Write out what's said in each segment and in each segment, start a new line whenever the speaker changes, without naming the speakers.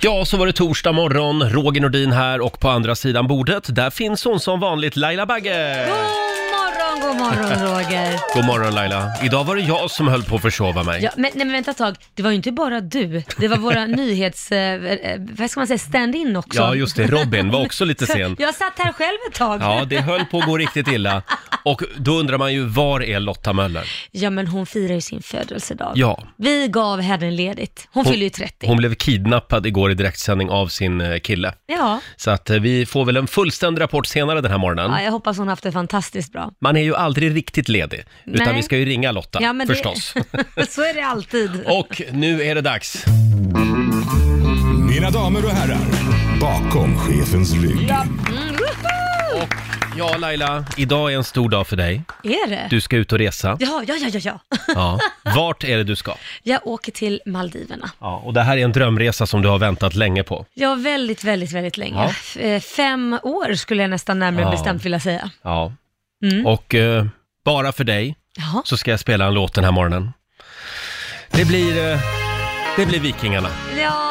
Ja, så var det torsdag morgon. Roger Nordin här och på andra sidan bordet, där finns hon som vanligt, Laila Bagge!
morgon, god morgon Roger.
God morgon Laila. Idag var det jag som höll på att försova mig.
Ja, men, nej, men vänta ett tag, det var ju inte bara du, det var våra nyhets... Eh, eh, vad ska man säga, stand-in också.
Ja, just det. Robin var också lite sen.
Jag satt här själv ett tag.
Ja, det höll på att gå riktigt illa. Och då undrar man ju, var är Lotta Möller?
Ja, men hon firar ju sin födelsedag.
Ja.
Vi gav henne ledigt. Hon, fyller ju 30.
Hon blev kidnappad igår i direktsändning av sin eh, kille.
Ja.
Så att eh, vi får väl en fullständig rapport senare den här morgonen.
ja, jag hoppas hon haft det fantastiskt bra.
Man är ju aldrig riktigt ledig, utan
Nej.
vi ska ju ringa Lotta,
Ja, men det-
förstås.
Så är det alltid.
Och nu är det dags.
Mina damer och herrar, bakom chefens rygg.
Ja, Laila, idag är en stor dag för dig.
Är det?
Du ska ut och resa.
Ja, ja, ja, ja, ja.
Ja. Vart är det du ska?
Jag åker till Maldiverna.
Ja, och det här är en drömresa som du har väntat länge på.
Ja, väldigt, väldigt, väldigt länge.
Ja.
F- eh, Fem år skulle jag nästan närmare
Ja.
bestämt vilja säga. Mm.
Ja. Och eh, bara för dig
Jaha.
så ska jag spela en låt den här morgonen. Det blir, eh, det blir Vikingarna.
Ja,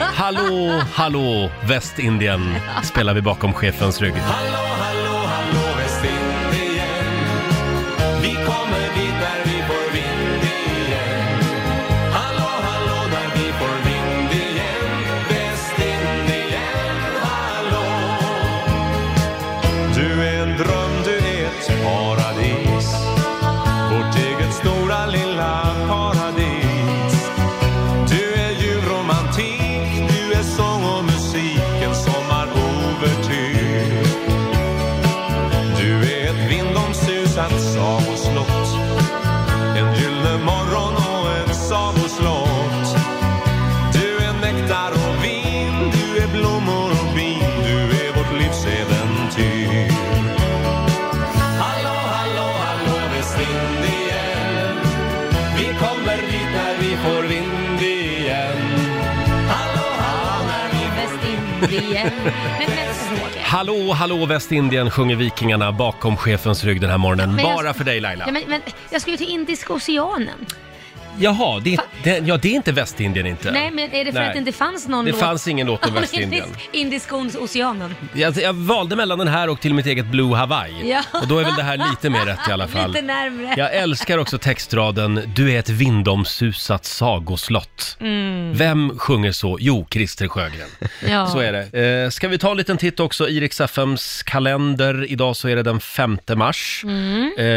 Hallå, hallå, Västindien spelar vi bakom chefens rygg.
Hallå, hallå, hallå Västindien Vi kommer dit när vi får vind igen Hallå, hallå, när vi får vind igen Västindien, hallå Du är en dröm, du är ett paradis Vårt eget stora lilla paradis du är djurromantik, du är sång och musik, en sommarovertyr. Du är ett vindomsusat sagoslott, en gyllene morgon och en sagoslott. Du är nektar och vin, du är blommor och bin, du är vårt livsäventyr. Hallå, hallå, hallå, Västindien. Vi kommer dit när vi får vind igen Hallå, hallå, när vi
Västindien. Men, men, Roger.
Hallå, hallå, Västindien sjunger Vikingarna bakom chefens rygg den här morgonen.
Men jag-
Bara för dig Laila.
Ja, men, men, jag skulle till Indiska oceanen.
Jaha, det, det, ja, det är inte Västindien inte.
Nej, men är det för
Nej.
att det inte fanns någon
Det
låt?
fanns ingen låt om
om
Västindien.
Indis- Indiska oceanen.
Jag, jag valde mellan den här och till mitt eget Blue Hawaii.
Ja.
Och då är väl det här lite mer rätt i alla fall.
Lite närmre.
Jag älskar också textraden “Du är ett vindomsusat sagoslott”. Vem sjunger så? Jo, Christer Sjögren.
Mm. Ja.
Så är det. Eh, ska vi ta en liten titt också i Rix FMs kalender. Idag så är det den 5 mars. Eh,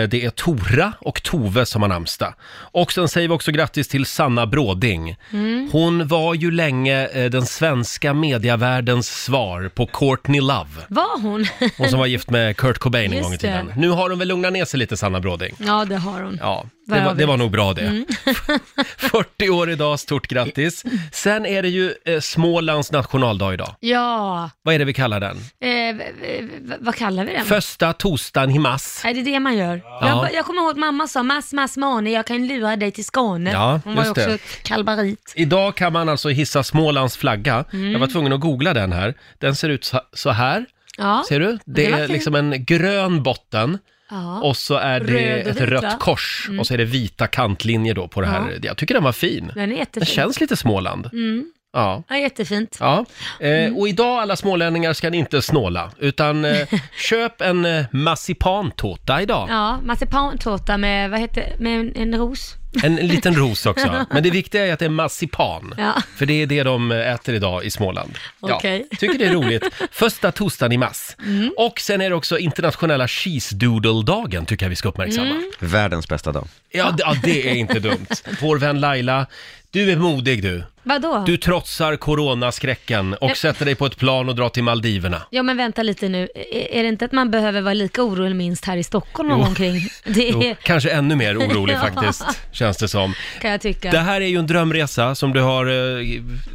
det är Tora och Tove som har namnsdag. Och sen säger vi också grattis till Sanna Bråding. Hon var ju länge eh, den svenska mediavärldens svar på Courtney Love.
Var hon?
Hon som var gift med Kurt Cobain en
Just
gång i tiden.
det.
Nu har hon väl lugnat ner sig lite, Sanna Bråding.
ja, det har hon.
Ja,
Vad Mm.
det
jag
var, det
vet.
var nog bra det. 40 år idag, stort grattis. Sen är det ju eh, Smålands nationaldag idag.
Ja,
Vad är det vi kallar den?
eh, v- v- v- vad kallar vi den?
Första tostan i mass.
Är det det man gör? Jag, ba- jag kommer ihåg att mamma sa mass, mass, mane, jag kan lura dig till Skåne.
Ja,
Hon var ju
just det.
också kalbarit.
Idag kan man alltså hissa Smålands flagga.
Mm.
Jag var tvungen att googla den här. Den ser ut så- så här.
Ja.
Ser du? Det är
var fint.
liksom en grön botten
Ja.
och så är det
Röd och
ett
vit,
rött
va?
kors och så är det vita kantlinjer då på det här.
Ja. Mm.
Jag tycker den var fin.
Den är
Den
jättefin.
känns lite Småland. Ja.
Ja, jättefint.
Ja,
Mm.
eh, och idag alla smålänningar ska ni inte snåla, utan eh, köp en eh, massipantårta idag.
Ja, marsipantårta med, vad heter med en, en ros.
En liten ros också. Men det viktiga är att det är marsipan,
Ja.
för det är det de äter idag i Småland.
Okej. Mm.
tycker det är roligt. Första torsdagen i mass. Och sen är det också internationella cheese doodle-dagen, tycker jag vi ska uppmärksamma.
Mm.
Världens bästa dag.
Ja, det, ja, det är inte dumt. Vår vän Laila, du är modig du.
Vadå?
Du trotsar coronaskräcken och sätter dig på ett plan och drar till Maldiverna.
Ja men vänta lite nu, är är det inte att man behöver vara lika orolig minst här i Stockholm någon omkring? Det
Jo,
är,
kanske ännu mer orolig
Ja.
faktiskt, känns det som.
kan jag tycka.
Det här är ju en drömresa som du har eh,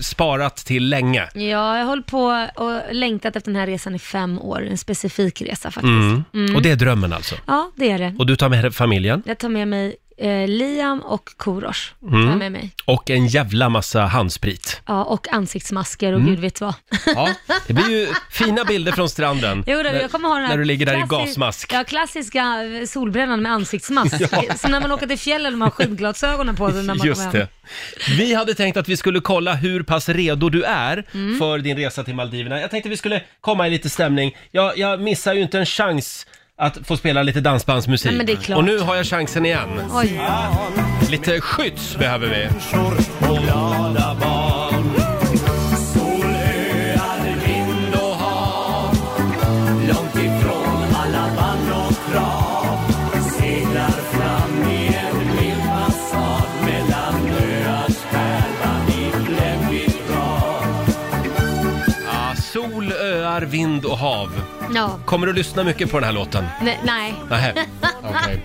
sparat till länge.
Ja, jag har hållit på och längtat efter den här resan i fem år, en
Mm.
specifik resa faktiskt.
Och det är drömmen alltså.
Mm. Ja, det är det.
Och du tar med familjen?
Jag tar med mig eh, Liam och Korosh
Mm.
var med mig.
Och en jävla massa handsprit.
Ja, och ansiktsmasker och
Mm.
gud vet vad.
Ja, det blir ju fina bilder från stranden.
Jo, då,
När-
jag kommer ha den här
När du ligger där i
klassi-
gasmask.
Ja, klassiska eh, solbrännan med ansiktsmask. Som när man åker till fjällen och man har skidglasögonen på sig när man
Just
kommer hem.
det. Vi hade tänkt att vi skulle kolla hur pass redo du är
Mm.
för din resa till Maldiverna. Jag tänkte vi skulle komma i lite stämning. Jag, jag missar ju inte en chans att få spela lite dansbandsmusik.
Nej, men det är klart.
Och nu har jag chansen igen.
Oj.
Lite skydds behöver vi. Ja, Sol, öar, vind och hav.
Ja,
Kommer du lyssna mycket på den här låten?
nej, nej.
Nähä, okej.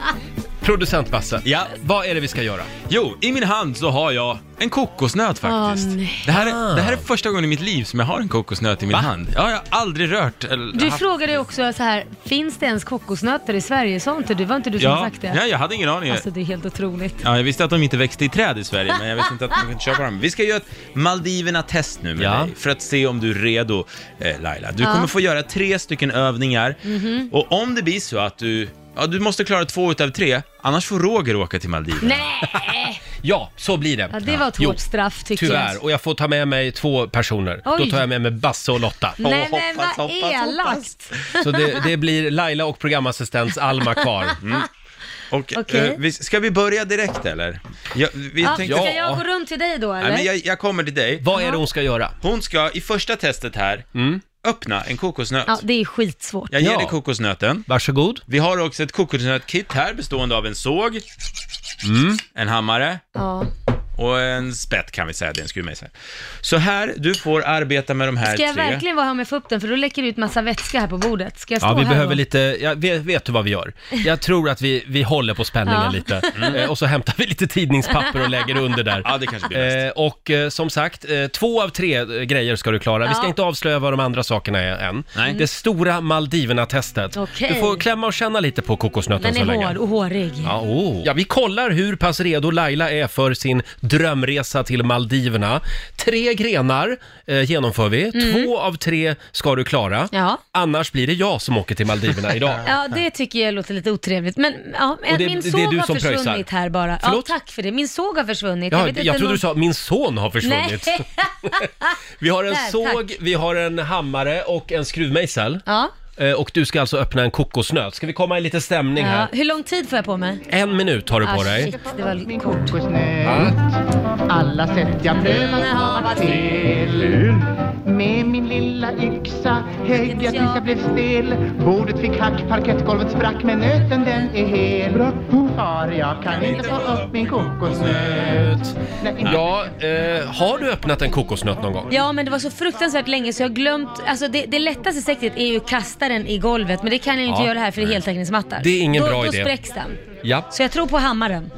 Producent Basse,
Ja.
vad är det vi ska göra?
Jo, i min hand så har jag en kokosnöt faktiskt.
Åh, nej.
det, här är, det här är första gången i mitt liv som jag har en kokosnöt i min hand. Ja, jag har aldrig rört eller
Du
haft-
frågade ju också så här, finns det ens kokosnötter i Sverige? Sa inte du? Var inte du som
ja,
sagt det?
ja, jag hade ingen aning.
Alltså det är helt otroligt.
Ja, jag visste att de inte växte i träd i Sverige, men jag visste inte att man kunde köpa dem. Vi ska göra ett Maldiverna-test nu med
Ja.
dig, för att se om du är redo, eh, Laila. Du kommer få göra tre stycken övningar,
Mm.
och om det blir så att du, ja, du måste klara två utav tre, annars får Roger åka till Maldiverna.
Nej!
Ja, så blir det.
Ja, det var ett
Jo,
hårt straff tycker
Tyvärr,
jag.
och jag får ta med mig två personer. Då
Oj.
tar jag med mig Basse och Lotta.
Nej
Åh,
men
hoppas,
vad
hoppas, hoppas.
elakt!
Så det, det blir Laila och programassistent Alma kvar.
Mm. Och,
Okej.
eh, vi, ska vi börja direkt eller? Jag, vi,
Ja,
tänkte,
ska jag gå runt till dig då eller?
Nej, men jag, jag kommer till dig.
Vad är det hon ska göra? Mm.
Hon ska i första testet här öppna en kokosnöt.
Ja, det är skitsvårt.
Jag ger
Ja.
dig kokosnöten.
Varsågod.
Vi har också ett kokosnötkit här bestående av en såg,
Mm.
en hammare
Ja.
och en spett kan vi säga, det är en skruvmejsel. Så här, du får arbeta med de här
Ska jag
tre.
verkligen vara här med att få upp den? För då läcker det ut massa vätska här på bordet. Ska jag stå
Ja, vi
här
behöver
då?
lite, ja, vet, vet du vad vi gör? Jag tror att vi, vi håller på spänningen
Ja.
lite. Eh, och så hämtar vi lite tidningspapper och lägger under där.
Ja, det kanske blir bäst.
Eh, och eh, som sagt, eh, två av tre eh, grejer ska du klara. Vi ska
Ja.
inte avslöja vad de andra sakerna är än.
Nej.
Det stora Maldiverna-testet.
Okej.
Du får klämma och känna lite på kokosnöten
Den
så
är
länge.
hård och hårig.
Ja, oh. ja, vi kollar hur pass redo Laila är för sin drömresa till Maldiverna. Tre grenar eh, genomför vi. Två av tre ska du klara.
Mm. Ja.
Annars blir det jag som åker till Maldiverna idag.
Ja, det tycker jag låter lite otrevligt. Men ja,
Och det-
min
det är
såg
du
har
som pröjsar.
försvunnit här bara.
Förlåt?
Ja, tack för det. Min såg har försvunnit.
Ja,
vet
jag
inte
trodde
någon-
du sa min son har försvunnit.
Nej.
Vi har en
Där,
såg, vi har en hammare och en skruvmejsel.
Ja.
Eh, Och du ska alltså öppna en kokosnöt. Ska vi komma i lite stämning
ja.
här?
Hur lång tid får jag på mig?
En minut har du på
Ah,
dig.
shit, det var
Min
kort.
kokosnöt Alla sätt jag
Man
prövat
har
var
varit
fel Med min lilla yxa högg jag tills jag blev stel Bordet fick hack, parkettgolvet sprack Men nöten den är hel Far, jag kan inte få upp min kokosnöt Nej, inte-
Ja, eh, har du öppnat en kokosnöt någon gång?
Ja, men det var så fruktansvärt länge så jag har glömt. Alltså det, det lättaste sättet är ju att kasta den i golvet, men det kan jag ju inte
Ja.
göra här för det är heltäckningsmattar.
Det är ingen
då,
bra
då
idé.
Då spräcks den.
Ja.
Så jag tror på hammaren.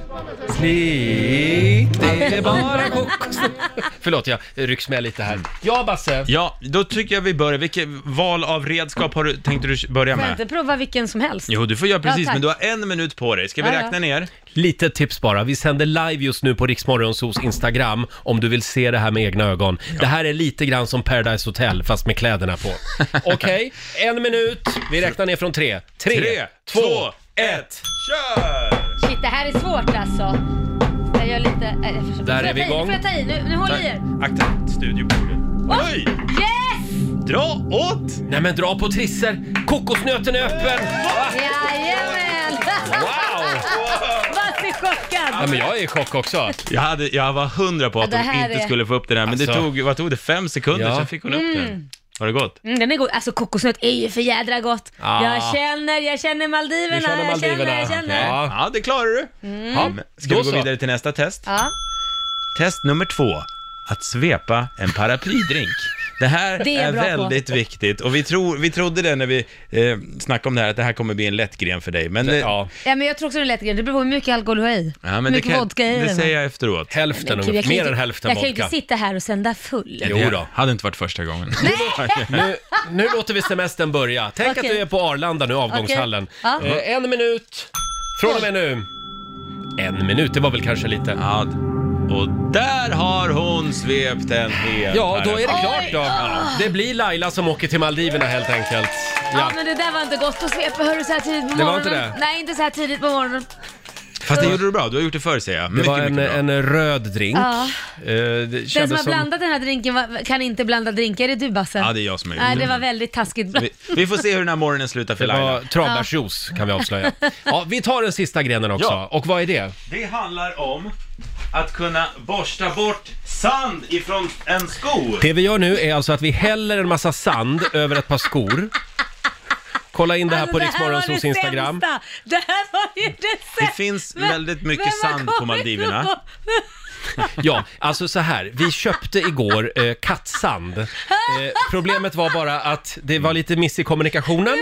Slick, det är bara kokosnöt. Ah, Förlåt, jag rycks med lite här. Ja, Basse.
Ja, då tycker jag vi börjar. Vilket val av redskap har du, tänkte du börja
Får jag
med?
inte prova vilken som helst?
Jo, du får göra precis,
tack.
men du har en minut på dig. Ska vi
Ja, ja.
räkna ner?
Lite tips bara. Vi sänder live just nu på Riksmorgonsos Instagram om du vill se det här med egna ögon. Det här är lite grann som Paradise Hotel fast med kläderna på. Okej, en minut. Vi räknar ner från tre. Tre,
Tre,
två,
två,
ett.
Kör!
Shit, det här är svårt alltså. Jag gör lite... eh, jag försöker-
Där
Får jag
är vi
ta i?
igång.
Får jag ta i? Nu, nu håller jag i er.
Akta studiobordet. Oj!
Yes!
Dra åt!
Nej men dra på trisser. Kokosnöten är öppen.
Jajamän!
Wow!
Vad är
Ja,
chockad!
men jag är i chock också.
Jag, hade, jag var hundra på att
Ja, det
hon
här
inte
är-
skulle få upp den här, men det
Alltså.
tog, vad tog det, fem sekunder,
Ja.
sen fick hon upp den. Var det gott?
Mm, den är god. Alltså kokosnöt är ju för jädra gott.
Ah.
Jag känner, jag känner Maldiverna,
Du känner Maldiverna.
jag känner, jag känner. Mm.
Okej. Ja.
Ja, det klarar du.
Ja,
Ska
då
vi gå
så.
vidare till nästa test?
Ja.
Test nummer två, att svepa en paraplydrink. Det här
Det är jag
är,
bra på.
väldigt viktigt och vi, tror, vi trodde det när vi eh, snackade om det här, att det här kommer bli en lätt gren för dig. Men, det, ja.
Ja,
Ja, men jag tror också det är en lätt grej. Det beror på hur mycket alkohol du har i.
men
hur
det,
mycket
kan,
vodka i
det
den.
säger jag efteråt.
hälften,
Gud, jag
ungefär.
kan ju
mer
inte-
än hälften
Jag kan ju
vodka.
inte sitta här och sända full.
Jo då.
Hade inte varit första gången.
Nu, nu låter vi semestern börja. Tänk
Okej.
Eh, att du är på Arlanda nu, avgångshallen.
Ja.
Eh, en minut från och med nu. en minut. Det var väl kanske lite...
Ja, d- och där har hon svept en hel
Ja, då är det
paraply.
klart då. Ja. Det blir Laila som åker till Maldiverna helt enkelt. Ja.
Ja men det där var inte gott att svepa hörru så här tidigt på morgonen.
Det var inte det?
Nej inte så här tidigt på morgonen.
Fast det gjorde du bra, du har gjort det förr ser jag.
Det
Mycket,
var en,
mycket bra.
en röd drink.
Ja.
Eh, Det
Den som
kändes
har
som...
blandat den här drinken var, kan inte blanda drinkar. Är det du Basse?
Ja, det är jag som har gjort
Nej
det.
det var väldigt taskigt. blandat.
Vi, vi får se hur den här morgonen slutar för
Det
Laila.
var tranbärsjuice kan vi avslöja. Ja, vi tar den sista grenen också.
Ja.
Och vad är det?
Det handlar om att kunna borsta bort sand ifrån en sko.
Det vi gör nu är alltså att vi häller en massa sand över ett par skor. Kolla in det här
Alltså,
på
det här var
Riksmorgonsos
det
Instagram.
sämsta. Det här var ju det sämsta.
Det finns väldigt mycket
vem har
sand på
kommit
Maldiverna.
på-
Ja, alltså så här. Vi köpte igår eh, kattsand. Eh, problemet var bara att det var lite miss i kommunikationen.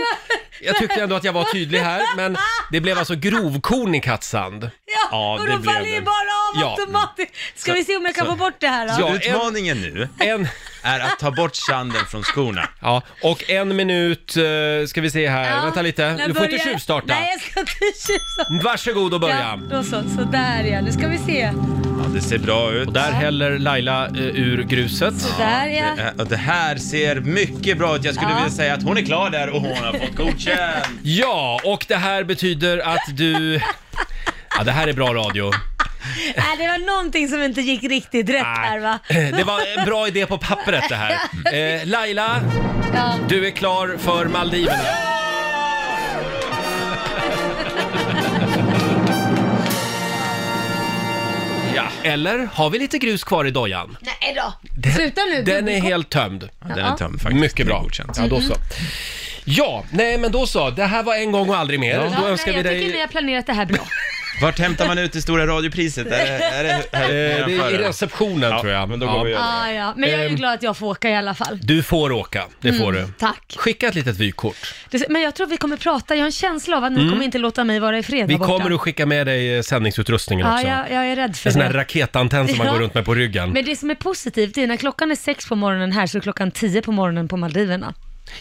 Jag tyckte ändå att jag var tydlig här, men det blev alltså grovkorn i kattsand.
Ja,
Ja,
och
det
då
blev
faller ju
det.
bara av
Ja.
automatiskt. Ska vi se om jag kan
så-
få bort det här då?
Ja, en-
Utmaningen nu
En,
är att ta bort sanden från skorna.
ja, och en minut, eh, ska vi se här.
Ja,
Vänta lite,
när
du får inte
börjar-
tjuvstarta.
Nej, jag ska inte tjuvstarta.
Varsågod och börja.
Ja, då så, så där ja. Nu ska vi se.
Ja, det ser bra ut.
Och där häller Laila eh, ur gruset.
Där ja.
Det, och det här ser mycket bra ut. Jag skulle
Ja.
vilja säga att hon är klar där och hon har fått godkänt.
Ja, och det här betyder att du... Ja, det här är bra radio.
Nej, det var någonting som inte gick riktigt rätt här va?
Eh, Det var en bra idé på pappret det här. Eh, Laila,
Ja.
du är klar för Maldiverna. Ja, eller har vi lite grus kvar i dojan?
Nej då. Sluta nu.
Den
du-
är helt tömd.
Den är tömd faktiskt.
Mycket
Det är
bra.
Godkänt.
Ja,
Mm.
då så. Ja, nej men då så. Det här var en gång och aldrig mer.
Ja,
Då
nej,
önskar vi
jag tycker ni
dig...
har planerat det här bra.
Vart hämtar man ut det stora radiopriset? Är det, är det, här
Eh, Det är i
nedanför?
receptionen tror jag.
men då går vi över.
Ja, ja. Men jag är ju glad att jag får åka i alla fall.
Du får åka, Ehm. det får du.
Mm, Tack.
Skicka ett litet vykort.
Det- Men jag tror vi kommer prata, jag har en känsla av att ni kommer inte låta mig vara i fred
Mm. Vi
där borta.
kommer att skicka med dig eh, sändningsutrustningen
Ja,
också.
jag, jag är rädd för
En sån här
det.
raketantenn som man
Ja.
går runt med på ryggen.
Men det som är positivt är när klockan är sex på morgonen här så är klockan tio på morgonen på Maldiverna.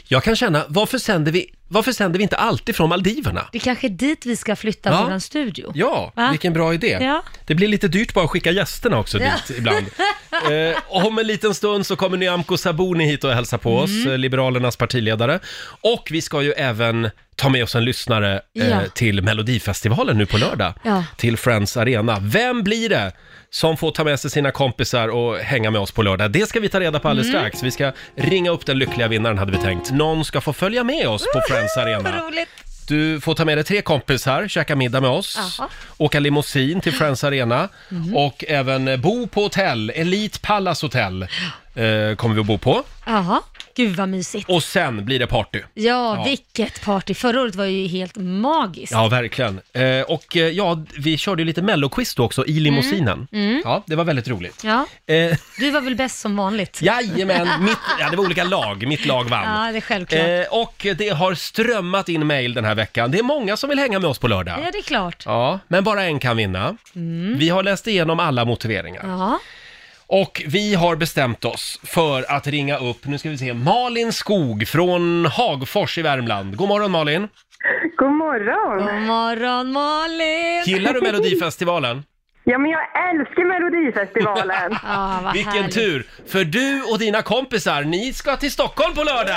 Jag kan känna, varför sänder vi, varför sänder vi inte alltid från Maldiverna?
Det kanske är dit vi ska flytta
Ja.
våran studio.
Ja,
Va?
vilken bra idé.
Ja.
Det blir lite dyrt bara att skicka gästerna också
Ja.
dit ibland. Eh, om en liten stund så kommer Nyamko Sabuni hit och hälsa på oss,
Mm.
eh, Liberalernas partiledare. Och vi ska ju även ta med oss en lyssnare eh,
Ja.
till Melodifestivalen nu på lördag.
Ja.
Till Friends Arena. Vem blir det som får ta med sig sina kompisar och hänga med oss på lördag? Det ska vi ta reda på alldeles
Mm.
strax. Vi ska ringa upp den lyckliga vinnaren hade vi tänkt. Någon ska få följa med oss på Friends Arena.
Vad roligt.
Du får ta med dig tre kompisar, käka middag med oss,
Jaha. Mhm.
åka limousin till Friends Arena och även eh, bo på hotell, Elite Palace Hotel eh, kommer vi att bo på.
Jaha, gud vad mysigt.
Och sen blir det party.
Ja, vilket party. Förra året var ju helt magiskt.
Ja, verkligen. Eh, och eh, ja, vi körde ju lite melloquiz då också
Mm.
i limousinen. Ja, det var väldigt roligt.
Ja,
Eh,
du var väl bäst som vanligt.
jajamän, mitt, ja, det var olika lag, mitt lag vann.
Ja, det är självklart.
Eh, och det har strömmat in mail den här veckan. Det är många som vill hänga med oss på lördag.
Ja, Mm. det är klart.
Ja, men bara en kan vinna. Vi har läst igenom alla motiveringar.
Ja,
Och vi har bestämt oss för att ringa upp, nu ska vi se, Malin Skog från Hagfors i Värmland. God morgon Malin!
God morgon!
god morgon Malin!
Gillar du Melodifestivalen?
Ja, men jag älskar Melodifestivalen!
Ja, vad
Vilken
härligt.
tur! För du och dina kompisar, ni ska till Stockholm på lördag!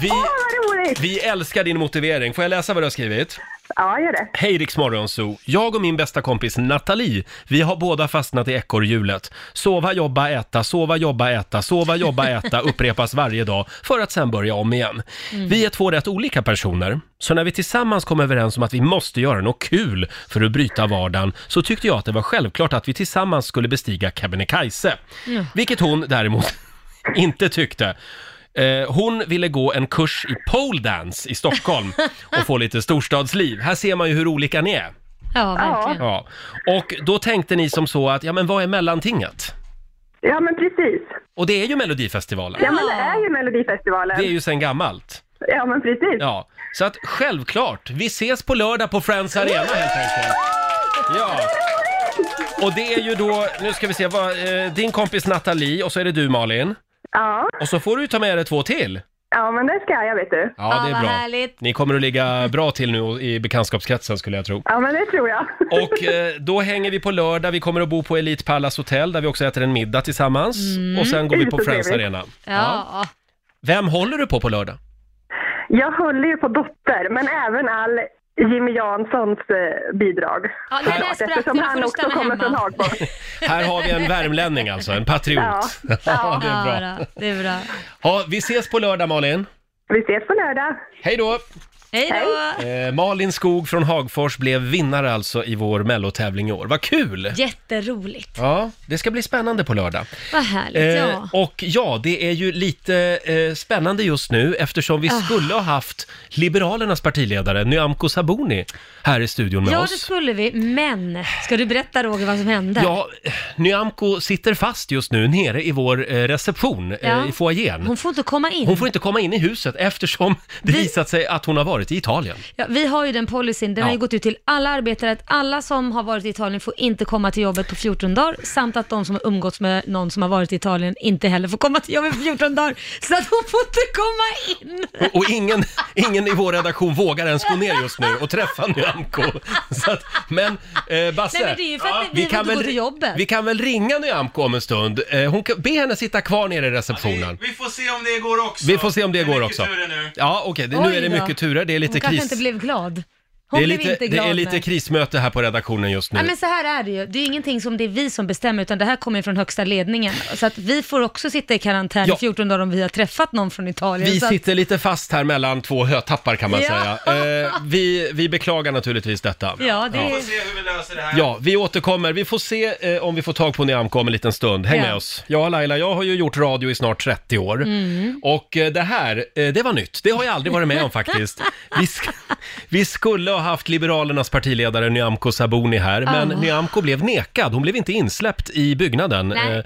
Vi,
Vad roligt!
vi älskar din motivering. Får jag läsa vad du har skrivit?
Ja, gör det.
Hej Rix Morgonzoo! Jag och min bästa kompis Nathalie, vi har båda fastnat i ekorrhjulet. Sova, jobba, äta, sova, jobba, äta, sova, jobba, äta upprepas varje dag för att sen börja om igen.
Mm.
Vi är två rätt olika personer, så när vi tillsammans kom överens om att vi måste göra något kul för att bryta vardagen så tyckte jag att det var självklart att vi tillsammans skulle bestiga Kebnekaise. Vilket hon däremot inte tyckte. Eh, Hon ville gå en kurs i pole dance i Stockholm och få lite storstadsliv. Här ser man ju hur olika ni är.
Ja, verkligen.
Ja. Och då tänkte ni som så att, ja men vad är mellantinget?
Ja, men precis.
Och det är ju Melodifestivalen.
Ja, men det är ju Melodifestivalen.
Det är ju sen gammalt.
Ja, men precis.
Ja. Så att självklart, vi ses på lördag på Friends Arena helt enkelt. Ja. Och det är ju då, nu ska vi se, vad, eh, din kompis Nathalie och så är det du Malin.
Ja,
Och så får du ta med dig två till.
Ja, men det ska jag, vet du.
Ja,
Ja, det är
vad
bra.
härligt.
Ni kommer att ligga bra till nu i bekantskapskretsen skulle jag tro.
Ja, men det tror jag.
Och eh, då hänger vi på lördag. Vi kommer att bo på Elite Palace Hotel där vi också äter en middag tillsammans. Och sen går vi på
Mm, så
Friends
trevligt.
Arena.
Ja.
Vem håller du på på lördag?
Jag håller ju på Dotter, men även all Jimmy Janssons eh, bidrag.
Ja, när det sprack,
Eftersom
då får
han
du
också
stanna
kommer från
hemma.
Hagfors.
Här har vi en värmlänning alltså, en patriot.
Ja.
Ja, det är bra.
Ja, då, det är bra.
Ja, vi ses på lördag Malin.
Vi ses på lördag.
Hej då!
Hej då!
Eh, Malin Skog från Hagfors blev vinnare alltså i vår mellotävling i år. Vad kul!
Jätteroligt.
Ja, det ska bli spännande på lördag.
Vad härligt.
Eh,
ja.
och ja, det är ju lite eh, spännande just nu eftersom
Ah.
vi skulle ha haft Liberalernas partiledare Nyamko Sabuni här i studion med
Ja, det
oss.
skulle vi. Men, ska du berätta Roger vad som hände?
Ja, eh, Nyamko sitter fast just nu nere i vår eh, reception eh,
Ja.
i foajén.
Hon får inte komma in.
Hon får inte komma in i huset eftersom det
Vi-
visat sig att hon har varit i Italien.
Ja, vi har ju den policyn, den har
Ja.
ju gått ut till alla arbetare att alla som har varit i Italien får inte komma till jobbet på 14 dagar samt att de som har umgåtts med någon som har varit i Italien inte heller får komma till jobbet på 14 dagar. Så att hon får inte komma in.
Och, och ingen, ingen i vår redaktion vågar ens gå ner just nu och träffa Nyamko. Så att, men eh, Basse,
Nej, men det är ju för att vi vill inte gå till jobbet.
vi kan väl ringa Nyamko om en stund. Eh, hon kan, be henne sitta kvar nere i receptionen.
Vi, vi får se om det går också.
Vi får se om det
är
går
mycket
också.
turer nu.
Ja, okej, det- nu
Oj
är det
då.
mycket turer. Det är lite
Hon kanske
kris.
inte blev glad. Hon
Det är
blev
lite,
inte
det
glad.
är lite
nej.
krismöte här på redaktionen just nu.
Ja, men så här är det ju. Det är ju ingenting som det är vi som bestämmer, utan det här kommer ju från högsta ledningen. Så att vi får också sitta i karantän
Ja.
i 14 dagar om vi har träffat någon från Italien.
Vi
så att,
sitter lite fast här mellan två hötappar kan man
Ja.
säga. Eh, vi, vi beklagar naturligtvis detta.
ja, det
Vi
är...
får se hur vi löser det här.
Ja, vi återkommer. Vi får se eh, om vi får tag på Nyamko om en liten stund. Häng
Ja.
med oss. Ja, Laila, jag har ju gjort radio i snart 30 år.
Mm.
Och eh, det här, eh, det var nytt. Det har jag aldrig varit med om faktiskt. Vi, sk- vi skulle ha haft Liberalernas partiledare Nyamko Sabuni här, men
Ah.
Nyamko blev nekad. Hon blev inte insläppt i byggnaden.
Nej.
eh,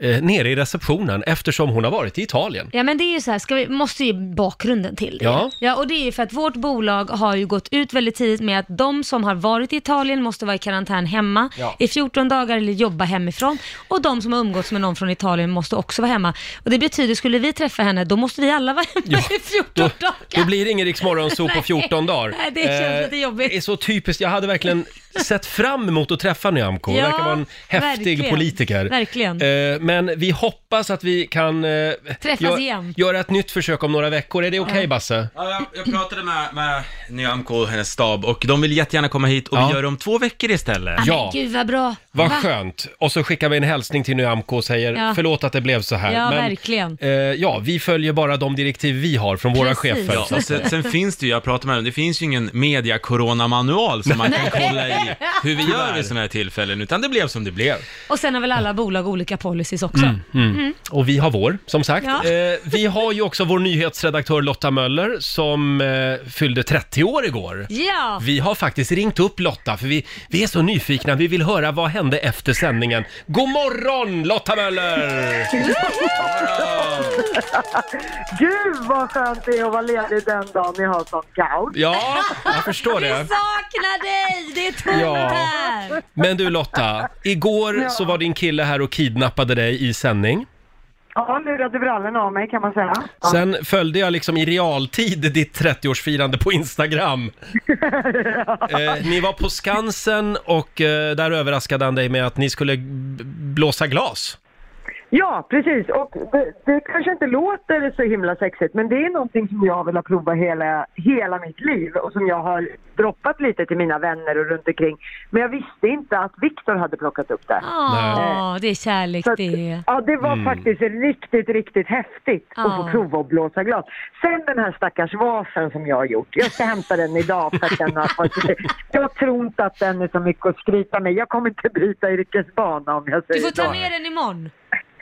eh, Nere i receptionen eftersom hon har varit i Italien.
Ja men det är ju så här, ska vi, måste ju ge bakgrunden till det.
Ja.
ja, och det är ju för att vårt bolag har ju gått ut väldigt tidigt med att de som har varit i Italien måste vara i karantän hemma
Ja.
i 14 dagar eller jobba hemifrån. Och de som har umgåtts med någon från Italien måste också vara hemma. Och det betyder, skulle vi träffa henne, då måste vi alla vara hemma i 14
Då,
dagar.
då blir det ingen Rix Morgonzoo på
Nej.
14 dagar.
Nej, det känns
Eh,
lite jobbigt.
Det är så typiskt. Jag hade verkligen sett fram emot att träffa Nyamko. Hon
Ja,
verkar vara en häftig
verkligen.
politiker.
Verkligen.
Eh, Men vi hoppas att vi kan eh,
Träffas
gör-
igen.
göra ett nytt försök om några veckor. Är det okej, Basse?
Ja, jag, jag pratade med, med Nyamko och hennes stab och de vill jättegärna komma hit och
Ja.
vi gör det om två veckor istället.
Ja.
Men gud vad bra.
Vad
Va?
skönt! Och så skickar vi en hälsning till Nyamko och säger
Ja.
förlåt att det blev så här.
Ja, verkligen.
eh, ja, vi följer bara de direktiv vi har från våra
Precis.
chefer.
Ja, och sen, sen finns det ju, jag pratade med dem, det finns ju ingen media-corona-manual som man kan kolla i hur vi gör vid sådana här tillfällen, utan det blev som det blev.
Och sen har väl alla bolag olika policies också.
Mm,
Mm.
Och vi har vår, som sagt.
Ja.
Eh, vi har ju också vår nyhetsredaktör Lotta Möller som eh, fyllde 30 år igår.
Ja,
Vi har faktiskt ringt upp Lotta för vi, vi är så nyfikna. Vi vill höra vad hände efter sändningen. God morgon Lotta Möller!
Gud vad skönt det är att vara ledig den dagen ni har sån kaos.
Ja, jag förstår
vi
det.
saknar dig! Det är tomt
Ja.
här.
Men du Lotta, igår så var din kille här och kidnappade dig i sändning.
Ja, nu är brallorna av mig kan man säga.
Sen följde jag liksom i realtid ditt 30-årsfirande på Instagram. eh, ni var på Skansen och eh, där överraskade han dig med att ni skulle b- blåsa glas.
Ja, precis. Och det, det kanske inte låter så himla sexigt, men det är någonting som jag har velat prova hela, hela mitt liv och som jag har droppat lite till mina vänner och runt omkring. Men jag visste inte att Viktor hade plockat upp det.
Ja, det är kärlek
Så att,
det.
ja, det var faktiskt riktigt, riktigt häftigt att
Ja.
få prova att blåsa glas. Sen den här stackars vasen som jag har gjort. Jag ska hämta den idag för att den har fått... Jag tror inte att den är så mycket att skryta med. Jag kommer inte bryta yrkesbana om jag säger
Du får
så.
ta med den imorgon.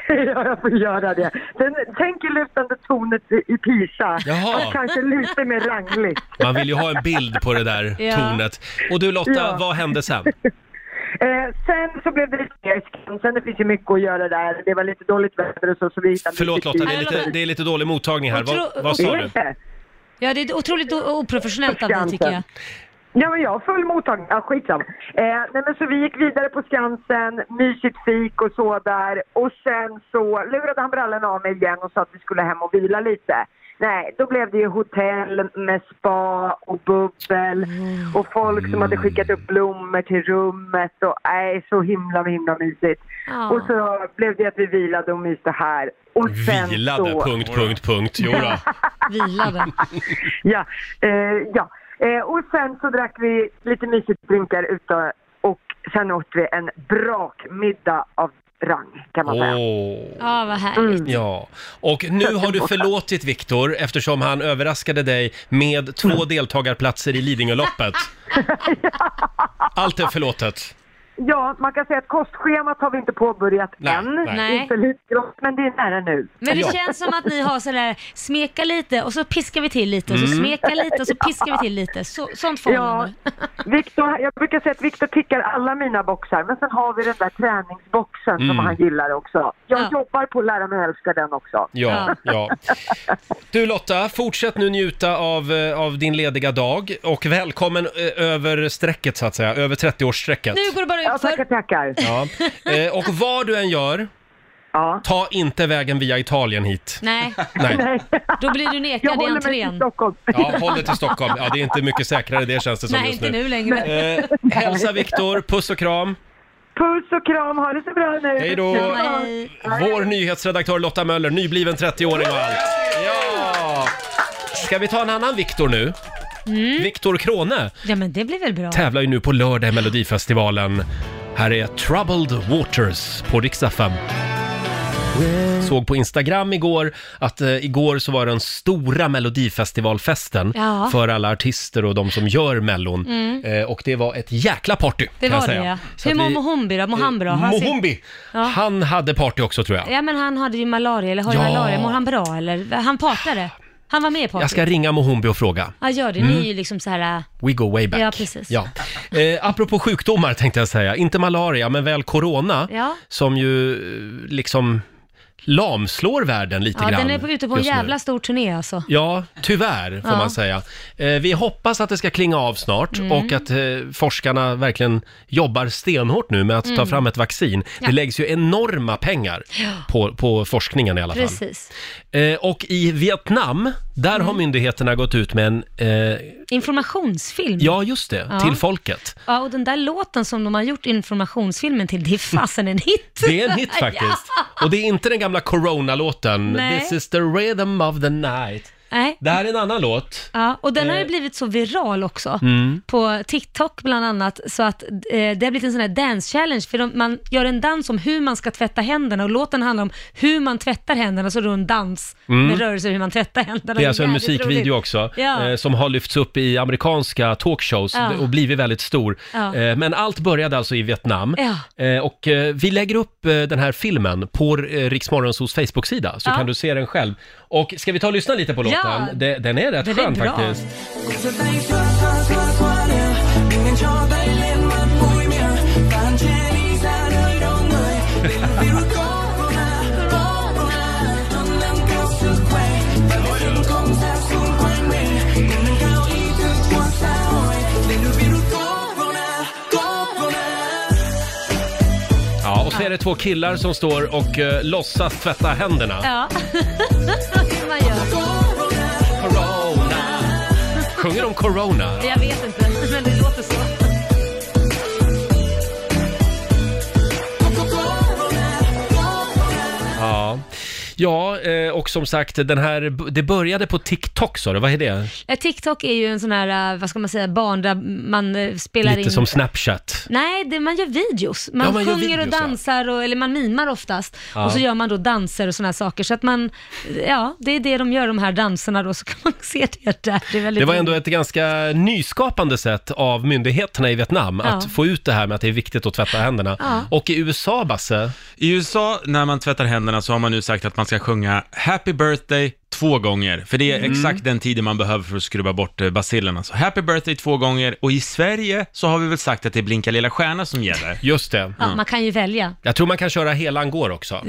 Ja, jag får göra det. Den, tänk i lutande tornet i i Pisa.
Jaha.
Fast kanske lite mer rangligt.
Man vill ju ha en bild på det där
Ja.
tornet. Och du Lotta,
Ja.
vad hände sen?
Eh, sen så blev det lite mer Skansen. Det finns ju mycket att göra där. Det var lite dåligt väder och så. så vi hittade
Förlåt
lite
Lotta, det är
tid.
lite, det är lite dålig mottagning här.
Jag tror-
Vad, vad
Det
sa
är
du?
inte.
Ja, det är otroligt o- oprofessionellt av dig tycker jag.
Ja, men jag har full mottagning. Ja, skitsamma. Eh, nej, men så vi gick vidare på Skansen, mysigt fik och så där. Och sen så lurade han brallorna av mig igen och sa att vi skulle hem och vila lite. Nej, då blev det ju hotell med spa och bubbel och folk som hade skickat upp blommor till rummet och nej, så himla, himla mysigt.
Ja.
Och så blev det att vi vilade och myste här. Och sen
Vilade,
så...
punkt, punkt, punkt. Jo då.
Vilade.
Ja, eh, ja. Eh, och sen så drack vi lite mysigt drinkar ute och sen åt vi en brakmiddag av rang kan man säga.
Åh.
Ja, vad härligt.
Mm.
Ja, och nu har du förlåtit Viktor eftersom han överraskade dig med två deltagarplatser i Lidingöloppet. Allt är förlåtet.
Ja, man kan säga att kostschemat har vi inte påbörjat
Nej,
än.
nej.
Inte lite men det är nära nu.
Men det
Ja.
känns som att ni har sådär, smeka lite och så piskar vi till lite och
Mm.
så smeka lite och så piskar vi till lite. Så, sånt får man
Ja,
nu.
Victor, jag brukar säga att Viktor tickar alla mina boxar, men sen har vi den där träningsboxen som
Mm.
han gillar också. Jag
Ja.
jobbar på att lära mig älska den också.
Ja, ja. Du Lotta, fortsätt nu njuta av, eh, av din lediga dag och välkommen eh, över strecket så att säga, över 30-årsstrecket.
Nu går det bara
Ja,
ut
tackar,
för.
tackar.
Ja. Eh, Och vad du än gör,
Ja.
ta inte vägen via Italien hit.
Nej,
Nej.
Nej,
då blir du
jag
nekad i
håller mig till
entrén.
Stockholm.
Ja, håll dig till Stockholm. Ja, det är inte mycket säkrare det känns det som
Nej,
just
inte
nu.
nu längre.
Eh, hälsa Viktor, puss och kram.
Puss och kram, ha det så bra nu.
Hej då.
Nej.
Vår nyhetsredaktör Lotta Möller, nybliven 30-åring och allt. Ja! Ska vi ta en annan Viktor nu?
Mm.
Viktor Krone
Ja, men det blir väl bra.
tävlar ju nu på lördag i Melodifestivalen. Här är Troubled Waters på riksdag 5. Såg på Instagram igår att eh, igår så var den stora Melodifestivalfesten
Ja.
för alla artister och de som gör Mellon. Eh, och det var ett jäkla party
Mm. Det
kan jag
var det
säga.
ja.
Så
Hur
att
mår
vi- Eh,
Mohombi då? Mår han bra? Har han sin-
Mohombi!
Ja.
Han hade party också tror jag.
Ja, men han hade ju malaria, eller har ju
Ja.
malaria. Mår han bra eller? Han partade. Han var med i
Jag
partyt.
ska Mm. ringa Mohombi och fråga.
Ja, gör det. Ni är ju liksom så här... äh,
We go way back.
Ja, precis.
Ja. Eh, apropå sjukdomar tänkte jag säga, inte malaria men väl corona
Ja.
som ju eh, liksom lamslår världen lite
Ja,
grann.
den är på- ute på en
just nu.
jävla stor turné alltså.
Ja, tyvärr får
Ja. Mm.
man säga. Eh, vi hoppas att det ska klinga av snart och att eh, forskarna verkligen jobbar stenhårt nu med att
Mm.
ta fram ett vaccin. Det läggs ju enorma pengar på, på forskningen i alla fall.
Precis. Mm.
Eh, och i Vietnam, där har myndigheterna gått ut med en, eh,
Informationsfilm.
ja just det,
Ja.
till folket.
Ja, och den där låten som de har gjort informationsfilmen till, det är fasen en hit.
Det är en hit faktiskt. Och det är inte den gamla Corona-låten.
Nej.
This is the rhythm of the night.
Nej.
Det här är en annan låt.
Ja, och den har ju
Eh. Mm.
blivit så viral också, på TikTok bland annat, så att eh, det har blivit en sån här dance challenge, för de, man gör en dans om hur man ska tvätta händerna och låten handlar om hur man tvättar händerna, så då en dans med rörelser hur man tvättar händerna.
Mm. Det är alltså en
jävligt
musikvideo
roligt.
också
Ja.
eh, som har lyfts upp i amerikanska talkshows
Ja.
och blivit väldigt stor.
Ja.
Eh, men allt började alltså i Vietnam.
Ja.
Eh, och eh, vi lägger upp eh, den här filmen på eh, Riksmorgonsos Facebook-sida så
Ja.
kan du se den själv. Och ska vi ta och lyssna lite på låten?
Ja.
Det, den är rätt
Den är
skön
bra.
faktiskt. Ja, och så är det två killar som står och eh, låtsas tvätta händerna.
Ja, Hur man gör.
Corona. Sjunger de corona?
Jag vet inte, men det låter så.
Ja. Ja, eh, och som sagt, den här, det började på TikTok sa du, vad är det?
Eh, TikTok är ju en sån här, eh, vad ska man säga, barn där man eh, spelar
Lite
in...
som Snapchat.
Nej, det, man gör videos. Man,
Ja, man gör
sjunger och
videos, ja.
dansar, och, eller man mimar oftast.
Ja.
Och så gör man då danser och sådana saker. Så att man, ja, det är det de gör, de här danserna då, så kan man se det där. Det, är väldigt
Det var ändå ett ganska nyskapande sätt av myndigheterna i Vietnam
Ja.
att få ut det här med att det är viktigt att tvätta händerna.
Ja.
Och i USA, Basse,
I USA, när man tvättar händerna, så har man nu sagt att man ska sjunga Happy birthday två gånger, för det är
Mm.
exakt den tiden man behöver för att skruva bort eh, bacillerna. Så happy birthday två gånger och i Sverige så har vi väl sagt att det är blinka lilla stjärna som gäller.
Just det.
Ja, man kan ju välja.
Jag tror man kan köra helan går också.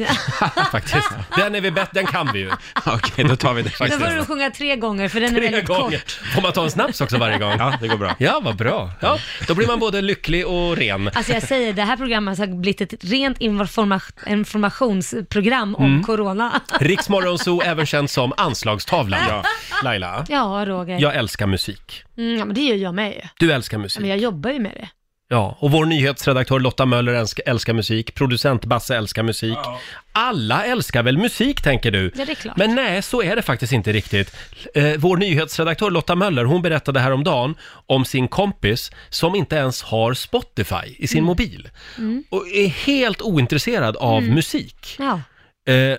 Faktiskt. Den är vi bättre, den kan vi ju.
Okej, då tar vi det
Nu
faktiskt.
får du sjunga tre gånger för den är
Tre
väldigt
gånger.
kort.
Får man ta en snaps också varje gång?
Ja, det går bra.
Ja, vad bra. Ja, då blir man både lycklig och ren.
Alltså jag säger, det här programmet har blivit ett rent informa- informationsprogram om
Mm.
corona.
Riksmorgonzoo, även känd som anslagstavlan. Ja. Laila,
Ja, Roger.
jag älskar musik.
Mm, ja, men det gör jag med ju.
Du älskar
Ja, Men
musik.
jag jobbar ju med det.
Ja, och vår nyhetsredaktör Lotta Möller älsk- älskar musik. Producent Basse älskar musik. Alla älskar väl musik, tänker du?
Ja, det är klart.
Men nej, så är det faktiskt inte riktigt. Eh, vår nyhetsredaktör Lotta Möller, hon berättade häromdagen om sin kompis som inte ens har Spotify i
Mm.
sin mobil. Och är helt ointresserad av
Mm.
musik.
Ja.
Eh,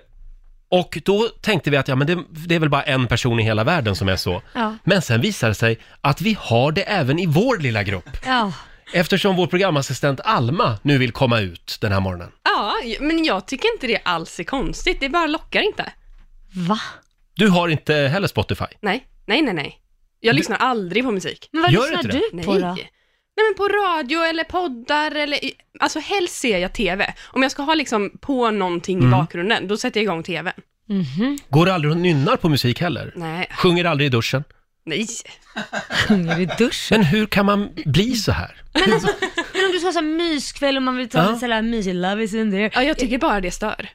och då tänkte vi att ja, men det, det är väl bara en person i hela världen som är så.
Ja.
Men sen visar det sig att vi har det även i vår lilla grupp.
Ja.
Eftersom vår programassistent Alma nu vill komma ut den här morgonen.
Ja, men jag tycker inte det alls är konstigt. Det bara lockar inte.
Va?
Du har inte heller Spotify?
Nej, nej, nej, nej. Jag lyssnar aldrig på musik.
Men vad
Gör
lyssnar
inte
du
det?
Nej.
på då?
Nej men på radio eller poddar eller, alltså helst ser jag TV. Om jag ska ha liksom på någonting
Mm.
i bakgrunden, då sätter jag igång TVn.
Mhm.
Går du aldrig och nynnar på musik heller?
Nej,
Sjunger aldrig i duschen?
nej.
Sjunger i duschen?
Men hur kan man bli så här?
Men alltså, men om du ska ha så här myskväll och man vill ta
Ja.
lite såhär mysig love is in there.
Ja, jag tycker bara det stör.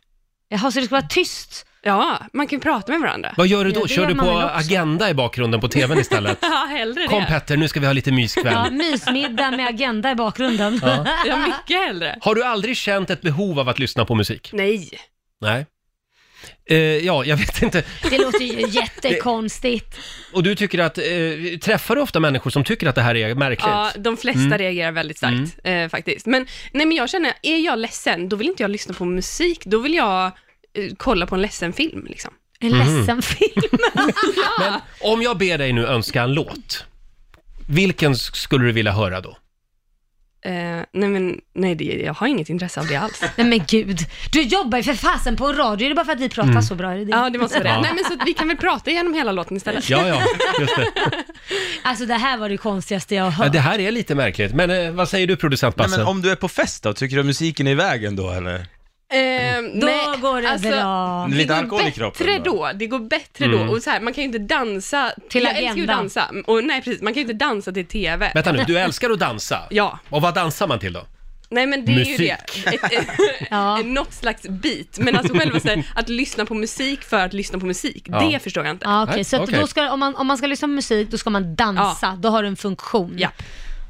Jaha, så det ska vara tyst?
Ja, man kan ju prata med varandra.
Vad gör du
Ja,
då?
det
Kör
gör
du
man
på
väl också.
Agenda i bakgrunden på tvn istället?
Ja, hellre
Kom
det.
Petter, nu ska vi ha lite
Ja,
myskväll.
mysmiddag med Agenda i bakgrunden.
Ja, mycket hellre.
Har du aldrig känt ett behov av att lyssna på musik?
Nej.
Nej. Eh, ja, jag vet inte.
Det låter ju jättekonstigt.
Och du tycker att, eh, träffar du ofta människor som tycker att det här är märkligt? Mm.
Ja, de flesta reagerar väldigt starkt eh, faktiskt. Men, nej, men jag känner, är jag ledsen, då vill inte jag lyssna på musik, då vill jag eh, kolla på en ledsen film. Liksom.
En
Mhm.
ledsen film.
Men om jag ber dig nu önska en låt, vilken s- skulle du vilja höra då?
Eh, nej, men nej, det, jag har inget intresse av det alls.
Nej men gud, du jobbar ju för fasen på radio, är det bara för att vi pratar så bra? Är det det?
ja, det måste vara det.
Mm. Ja.
Nej, men så att vi kan väl prata igenom hela låten
Dạ,
istället.
Ja, ja, just det.
Alltså det här var det konstigaste jag har
Ja,
hört.
det här är lite märkligt, men eh, vad säger du producent
Nej,
Basse?
men om du är på fest då, tycker du att musiken är i vägen då eller?
Eh,
Då
nej,
går det
alltså,
bra.
Lite
det
alkohol
går
i
bättre
kroppen då.
då. Det går bättre
Mm.
då. Och så här, man kan ju inte dansa.
Till
jag älskar ju att
Agenda.
dansa. Och, nej, precis. Man kan ju inte dansa till TV.
Vänta nu, du älskar att dansa?
Ja.
Och vad dansar man till då?
Nej men det är
Musik.
ju det. Ett, ett,
Ja.
Något slags beat. Men alltså själva så här, att lyssna på musik för att lyssna på musik,
Ja.
det förstår jag inte.
Ja, okej.
Nej,
Så att
okej.
Då ska, om, man, om man ska lyssna på musik, då ska man dansa. Då har du en funktion.
Ja.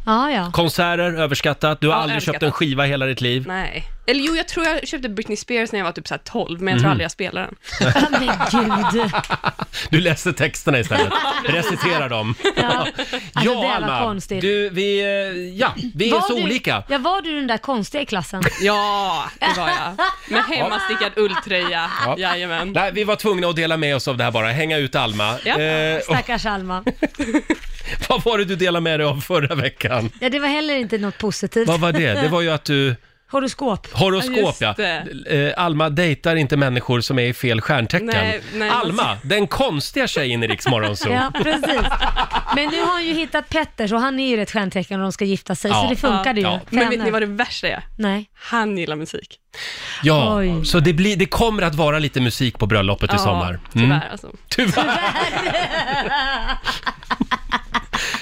Ja, ja.
Konserter, överskattat. Du har
Ja,
aldrig köpt en
överskattat.
skiva i hela ditt liv.
Nej. Eller jo, jag tror jag köpte Britney Spears när jag var typ så här 12, men jag tror aldrig jag spelade den.
Ja, Men gud.
Du läste texterna istället. Reciterar dem.
Ja. Alltså, det
ja,
var
Alma.
konstigt.
Du, vi, eh, ja, vi är så
du,
olika.
Ja, var du den där konstiga i klassen?
Ja, det var jag. Med hemmastickad ulltröja.
Ja.
Jajamän.
Nej, vi var tvungna att dela med oss av det här bara, hänga ut Alma.
Ja.
Eh, och
Stackars Alma.
vad var det du delade med dig av förra veckan?
Ja, det var heller inte något positivt.
Vad var det? Det var ju att du...
Horoskop.
Horoskop ja.
Ja, just
Eh, Alma dejtar inte människor som är i fel stjärntecken.
Nej, nej,
Alma, den konstiga tjejen i Rix Morgon Zoo.
Ja, precis. Men nu har han ju hittat Petter, så han är ju ett stjärntecken och de ska gifta sig,
Ja.
så det funkade ju.
Ja.
för
Men
henne.
vet ni vad det värsta är?
Nej.
Han gillar musik.
Ja,
Oj.
så det, blir, det kommer att vara lite musik på bröllopet i sommar. Mm.
tyvärr alltså.
Tyvärr.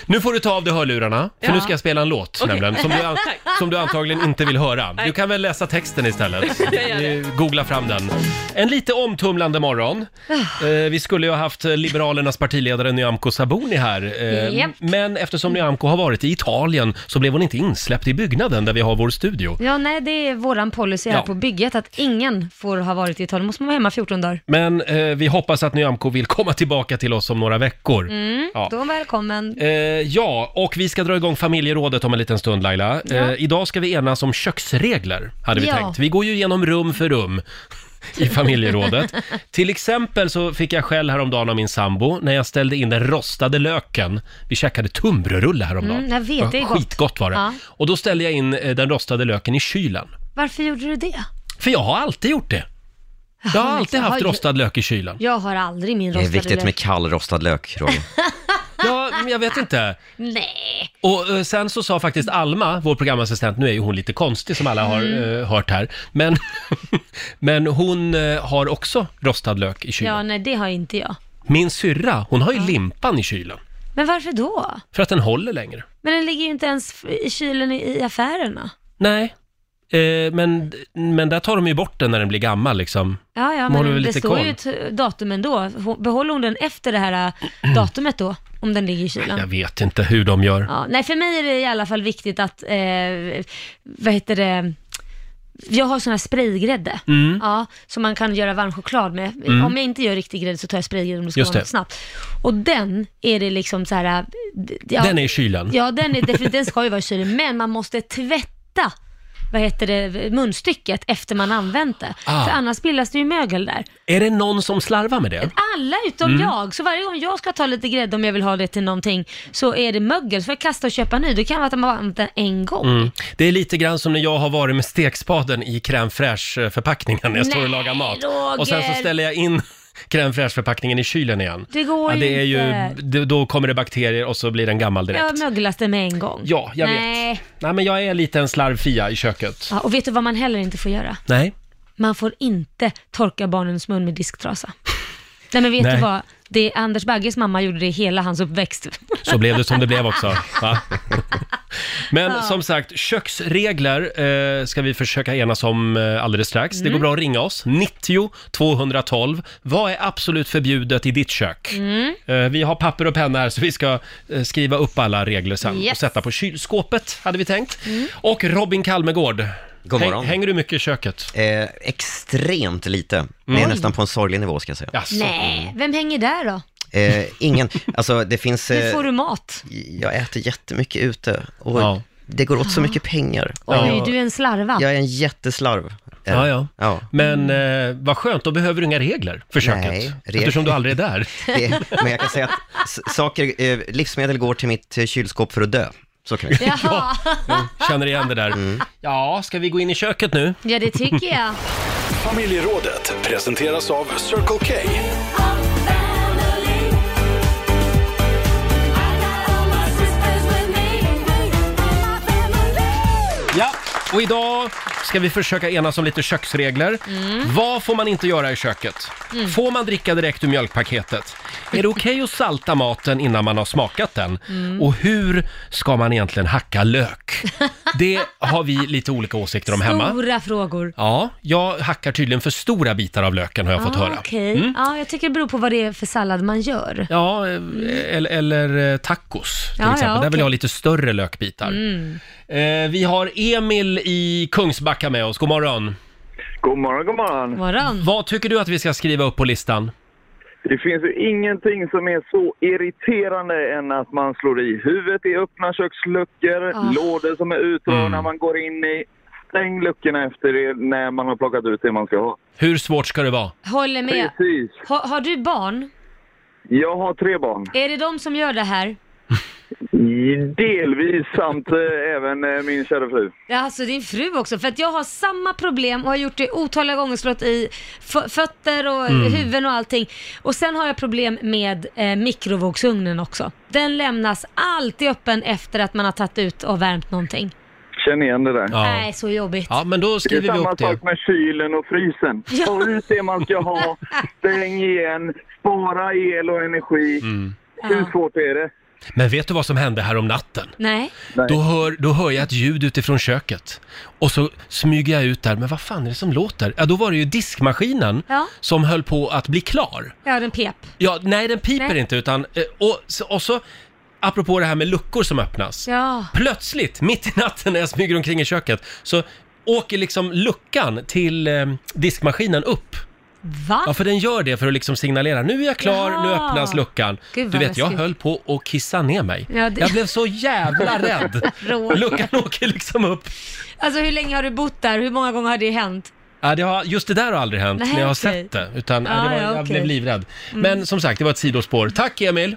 Nu får du ta av dig hörlurarna, för nu ska jag spela en låt nämligen, som du, an- som du antagligen inte vill höra. Du kan väl läsa texten istället.
Jag gör det.
Eh, Googla fram den. En lite omtumlande morgon.
Ah.
Eh, vi skulle ju ha haft eh, Liberalernas partiledare Nyamko Sabuni här. Eh,
Japp.
Men eftersom Nyamko har varit i Italien så blev hon inte insläppt i byggnaden där vi har vår studio.
Ja, nej, det är våran policy här
Ja.
på bygget att ingen får ha varit i Italien. måste man vara hemma 14 dagar.
Men eh, vi hoppas att Nyamko vill komma tillbaka till oss om några veckor. Mm. Ja.
Mm. Då välkommen.
Eh, ja, och vi ska dra igång familjerådet om en liten stund Laila. Eh, idag ska vi enas om köksregler, hade vi
Ja.
tänkt. Vi går ju igenom rum för rum i familjerådet. Till exempel så fick jag skäll häromdagen av min sambo när jag ställde in den rostade löken. Vi käkade tunnbrödsrulle häromdagen.
Mm, jag vet, det är gott.
Skitgott var det.
Ja.
Och då ställde jag in eh, den rostade löken i kylen.
Varför gjorde du det?
För jag har alltid gjort det. Jag har alltid
liksom,
haft
har-
rostad lök i kylen.
Jag har aldrig min
Det är
rostade
viktigt
lök.
med kall rostad lök, Roger.
Ja, men jag vet inte.
Nej.
Och eh, sen så sa faktiskt
Mm.
Alma, vår programassistent, nu är ju hon lite konstig som alla har eh, hört här, men, men hon eh, har också rostad lök i kylen.
Ja, nej det har inte jag.
Min syrra, hon har ju limpan i kylen,
Men varför då?
för att den håller längre.
Men den ligger ju inte ens f- i kylen i, i affärerna.
Nej, eh, men, men där tar de ju bort den när den blir gammal liksom.
Ja, ja,
Men håller
men
väl
det
lite
står
koll.
ju ett datum ändå. Hon- Behåller hon den efter det här äh, datumet då? Om den ligger i
Jag
kylen?
vet inte hur de gör.
Ja, nej, för mig är det i alla fall viktigt att, eh, vad heter det, jag har sån här spraygrädde,
Mm.
ja, som man kan göra varm choklad med. Om jag inte gör riktig grädde så tar jag spraygrädde om det ska
Just
vara
det.
något snabbt. Och den är det liksom så här... d- Ja,
Den är i kylen.
Ja, den, är, definitivt- den ska ju vara i kylen, men man måste tvätta vad heter det, munstycket efter man använt det.
Ah.
För annars bildas det ju mögel där.
Är det någon som slarvar med det?
Alla utom
Mm.
jag, så varje gång jag ska ta lite grädde om jag vill ha det till någonting så är det mögel, så får jag kasta och köpa ny. Då kan det vara att man har använt den en gång.
Mm. Det är lite grann som när jag har varit med stekspaden i crème fraîche eh, förpackningen när jag står och
Nej,
lagar mat.
Roger!
Och sen så ställer jag in crème fraîche förpackningen i kylen igen.
Det går
ja, det är ju,
inte.
det- Då kommer det bakterier och så blir den gammal
Jag har
direkt.
möglat den med en gång.
Ja, jag
Nej.
vet. Nej, men jag är lite en slarvfia i köket.
Ja, och vet du vad man heller inte får göra?
Nej.
Man får inte torka barnens mun med disktrasa. Nej men vet
Nej.
du vad? Det är Anders Bagges mamma gjorde det i hela hans uppväxt.
Så blev det som det blev också. Va? Men som sagt, köksregler eh, ska vi försöka enas om eh, alldeles strax. Det går
Mm.
bra att ringa oss, 90 212. Vad är absolut förbjudet i ditt kök? Eh, vi har papper och penna här så vi ska eh, skriva upp alla regler sen och
Yes.
sätta på kylskåpet, hade vi tänkt. Och Robin Kalmegård,
God
häng-
morgon.
hänger du mycket i köket? Mm.
Eh, extremt lite. Det är nästan på en sorglig nivå, ska jag säga.
Jaså.
Nej, vem hänger där då?
Eh, ingen, alltså det finns...
Hur
Eh,
får du mat?
Jag äter jättemycket ute och
Ja.
det går åt så mycket pengar.
Oj,
Jag-
du är en slarva.
Jag är en jätteslarv. Eh,
Ja, ja.
ja.
Men eh, vad skönt, då behöver du inga regler för köket.
Nej, reg-
Eftersom du aldrig är där.
Det, men jag kan säga att s- saker, eh, livsmedel går till mitt eh, kylskåp för att dö. Så kan vi säga. Mm.
Jaha,
Känner igen det där. Ja, ska vi gå in i köket nu?
ja det tycker jag.
Familjerådet presenteras av Circle K.
Ja, och idag ska vi försöka enas om lite köksregler.
Mm.
Vad får man inte göra i köket? Får man dricka direkt ur mjölkpaketet? Är det okej att salta maten innan man har smakat den?
Mm.
Och hur ska man egentligen hacka lök? Det har vi lite olika åsikter om hemma.
Stora frågor.
Ja, jag hackar tydligen för stora bitar av löken har jag fått
Ah,
höra. Mm.
Okej, ja, jag tycker det beror på vad det är för sallad man gör.
Ja, eller, eller eh, tacos till
Ja,
exempel.
ja,
Där vill
okej.
jag ha lite större lökbitar.
Mm.
Eh, vi har Emil i Kungsbacka med oss. God morgon.
God morgon, god morgon.
Morgon.
Vad tycker du att vi ska skriva upp på listan?
Det finns ju ingenting som är så irriterande än att man slår i huvudet i öppna köksluckor,
Ah.
lådor som är utdragna
Mm.
man går in i. Stäng luckorna efter det när man har plockat ut det man ska ha.
Hur svårt ska det vara?
Håller med.
Precis.
Ha, har du barn?
Jag har tre barn.
Är det de som gör det här?
Delvis samt eh, även eh, min kära fru.
Ja, alltså din fru också, för att jag har samma problem och har gjort det otaliga gånger, slått i fö- fötter och mm. huvuden och allting. Och sen har jag problem med eh, mikrovågsugnen också. Den lämnas alltid öppen efter att man har tagit ut och värmt någonting.
Känner igen det där.
Nej, så jobbigt.
ja men då
Det är
skriver vi
samma
upp det.
sak med kylen och frysen.
Ja.
Ta ut det man ska ha, stäng igen, spara el och energi.
Mm.
Hur
Ja.
svårt är det?
Men vet du vad som hände här om natten?
Nej.
Då hör, då hör jag ett ljud utifrån köket. Och så smyger jag ut där, men vad fan är det som låter? Ja, då var det ju diskmaskinen
Ja.
som höll på att bli klar.
Ja, den pep.
Ja, nej den piper
Nej.
inte utan... eh, Och, så- och så, apropå det här med luckor som öppnas.
Ja.
Plötsligt, mitt i natten när jag smyger omkring i köket, så åker liksom luckan till eh, diskmaskinen upp.
Va?
Ja, för den gör det för att liksom signalera nu är jag klar,
Jaha.
nu öppnas luckan.
Gud, vad
du vet, jag
läskigt.
höll på att kissa ner mig.
Ja, det-
Jag blev så jävla rädd.
Roger.
luckan åker liksom upp.
Alltså hur länge har du bott där? Hur många gånger har det hänt?
Ja, det har, just det där har aldrig hänt
Nej,
när jag har
okej. Ah,
sett det. Utan, ja,
Ja,
det var,
ja,
jag
okej. Mm.
blev livrädd. Men som sagt, det var ett sidospår. Tack Emil!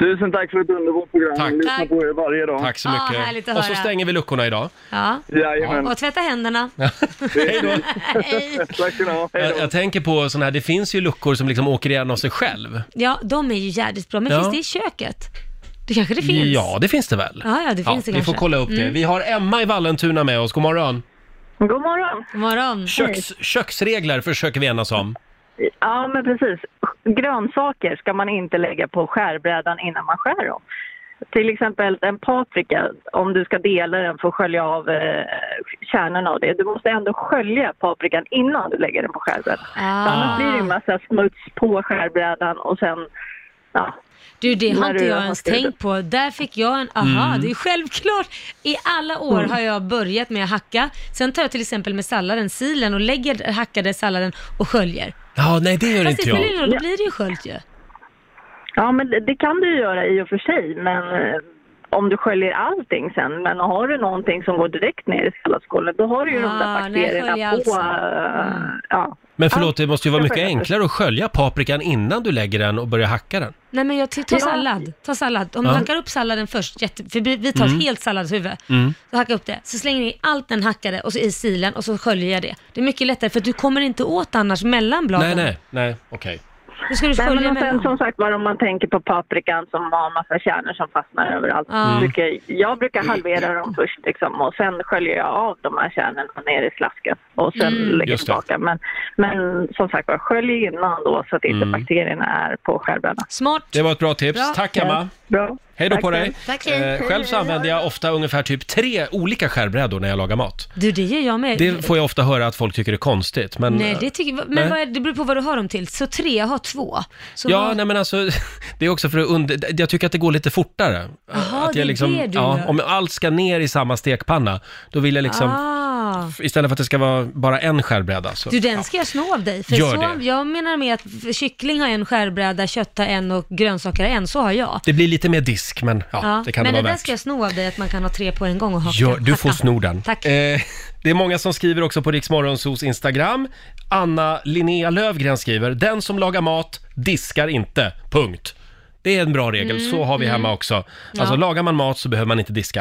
Tusen tack för ett underbart program.
Tack.
Jag lyssnar på er varje dag.
Tack så
Ah,
mycket.
härligt att
och så
höra.
stänger vi luckorna idag.
Ja.
Jajamän.
Och tvätta händerna.
Hej då.
Hej.
Tack ska ni ha. Hej
Jag,
då.
jag tänker på sådana här, det finns ju luckor som liksom åker igen av sig själv.
Ja, de är ju jädrigt bra. Men
Ja.
finns det i köket? Det kanske det finns?
Ja, det finns det väl?
Ja, ja, det finns
Vi
det kanske. Mm.
får kolla upp det. Vi har Emma i Vallentuna med oss, god morgon.
God morgon.
God morgon.
Köks, köksregler försöker vi enas om.
Ja, men precis. Grönsaker ska man inte lägga på skärbrädan innan man skär dem. Till exempel en paprika, om du ska dela den för att skölja av eh, kärnorna av det. Du måste ändå skölja paprikan innan du lägger den på skärbrädan.
Ah.
Annars blir det en massa smuts på skärbrädan och sen, ja.
Du, det har
När
inte
du
jag
har
ens
skrivit.
tänkt på. Där fick jag en, aha,
Mm.
det är ju självklart. I alla år har jag börjat med att hacka. Sen tar jag till exempel med salladen, silen och lägger den hackade salladen och sköljer.
Ja, nej det gör
Fast det
inte jag.
spelar ingen roll, då blir det ju sköljt ju.
Ja, men det, det kan du ju göra i och för sig, men eh, om du sköljer allting sen. Men har du någonting som går direkt ner i salladsskålen, då har du ju de
Ah,
där
nej,
bakterierna
skölj
på.
alltså.
eh, ja.
Men förlåt, det måste ju vara
jag
mycket
sköljer.
enklare att skölja paprikan innan du lägger den och börjar hacka den.
Nej men jag tar sallad. Ta sallad. Om du
Ja. Mm.
hackar upp salladen först, jätte, för vi vi tar ett helt salladshuvud, så hacka upp det. Så slänger ni allt den hackade och så i silen och så sköljer jag det. Det är mycket lättare för att du kommer inte åt annars mellan bladen.
Nej, nej, nej, okej.
Nu ska du
Nej, men
skölja
och sen
mellan.
som sagt var om man tänker på paprikan som har en massa kärnor som fastnar överallt.
Ja.
Brukar, jag brukar halvera dem först liksom, och sen sköljer jag av de här kärnorna ner i slasken och sen
Mm.
lägger
Just det.
tillbaka. Men, men som sagt var, skölj innan då så att inte bakterierna är på skärbrädan.
Smart.
Mm. Det var ett bra tips.
Bra.
Tack Emma.
Bra.
Hej då
Tack
på
själv.
dig. Eh,
Tack, hej.
själv så använder jag ofta ungefär typ tre olika skärbrädor när jag lagar mat.
Du, det gör jag med.
Det får jag ofta höra att folk tycker är konstigt. Men,
Nej, det tycker jag.
Nej.
Men vad är, det beror på vad du har dem till. Så tre, jag har två. Så
Ja,
vad,
nej men alltså, det är också för att under... Jag tycker att det går lite fortare.
Jaha,
att
det är
jag liksom,
det du
ja,
gör.
Om allt ska ner i samma stekpanna, då vill jag liksom,
ah.
istället för att det ska vara bara en skärbräda så...
Du, den ska jag sno av dig. För
Gör
så,
det.
Jag menar med att kyckling har en skärbräda, kött har en och grönsaker har en. Så har jag.
Det blir lite mer disk, men ja,
Ja,
det kan
men
det
där
vara värt.
ska jag sno av dig, att man kan ha tre på en gång och haka.
Ja, du får
hacka.
sno den.
Tack.
Eh, det är många som skriver också på Riksmorgonsos Instagram. Anna Linnea Lövgren skriver, den som lagar mat diskar inte, punkt. Det är en bra regel, så har vi hemma också. Alltså
Mm, Ja.
lagar man mat så behöver man inte diska.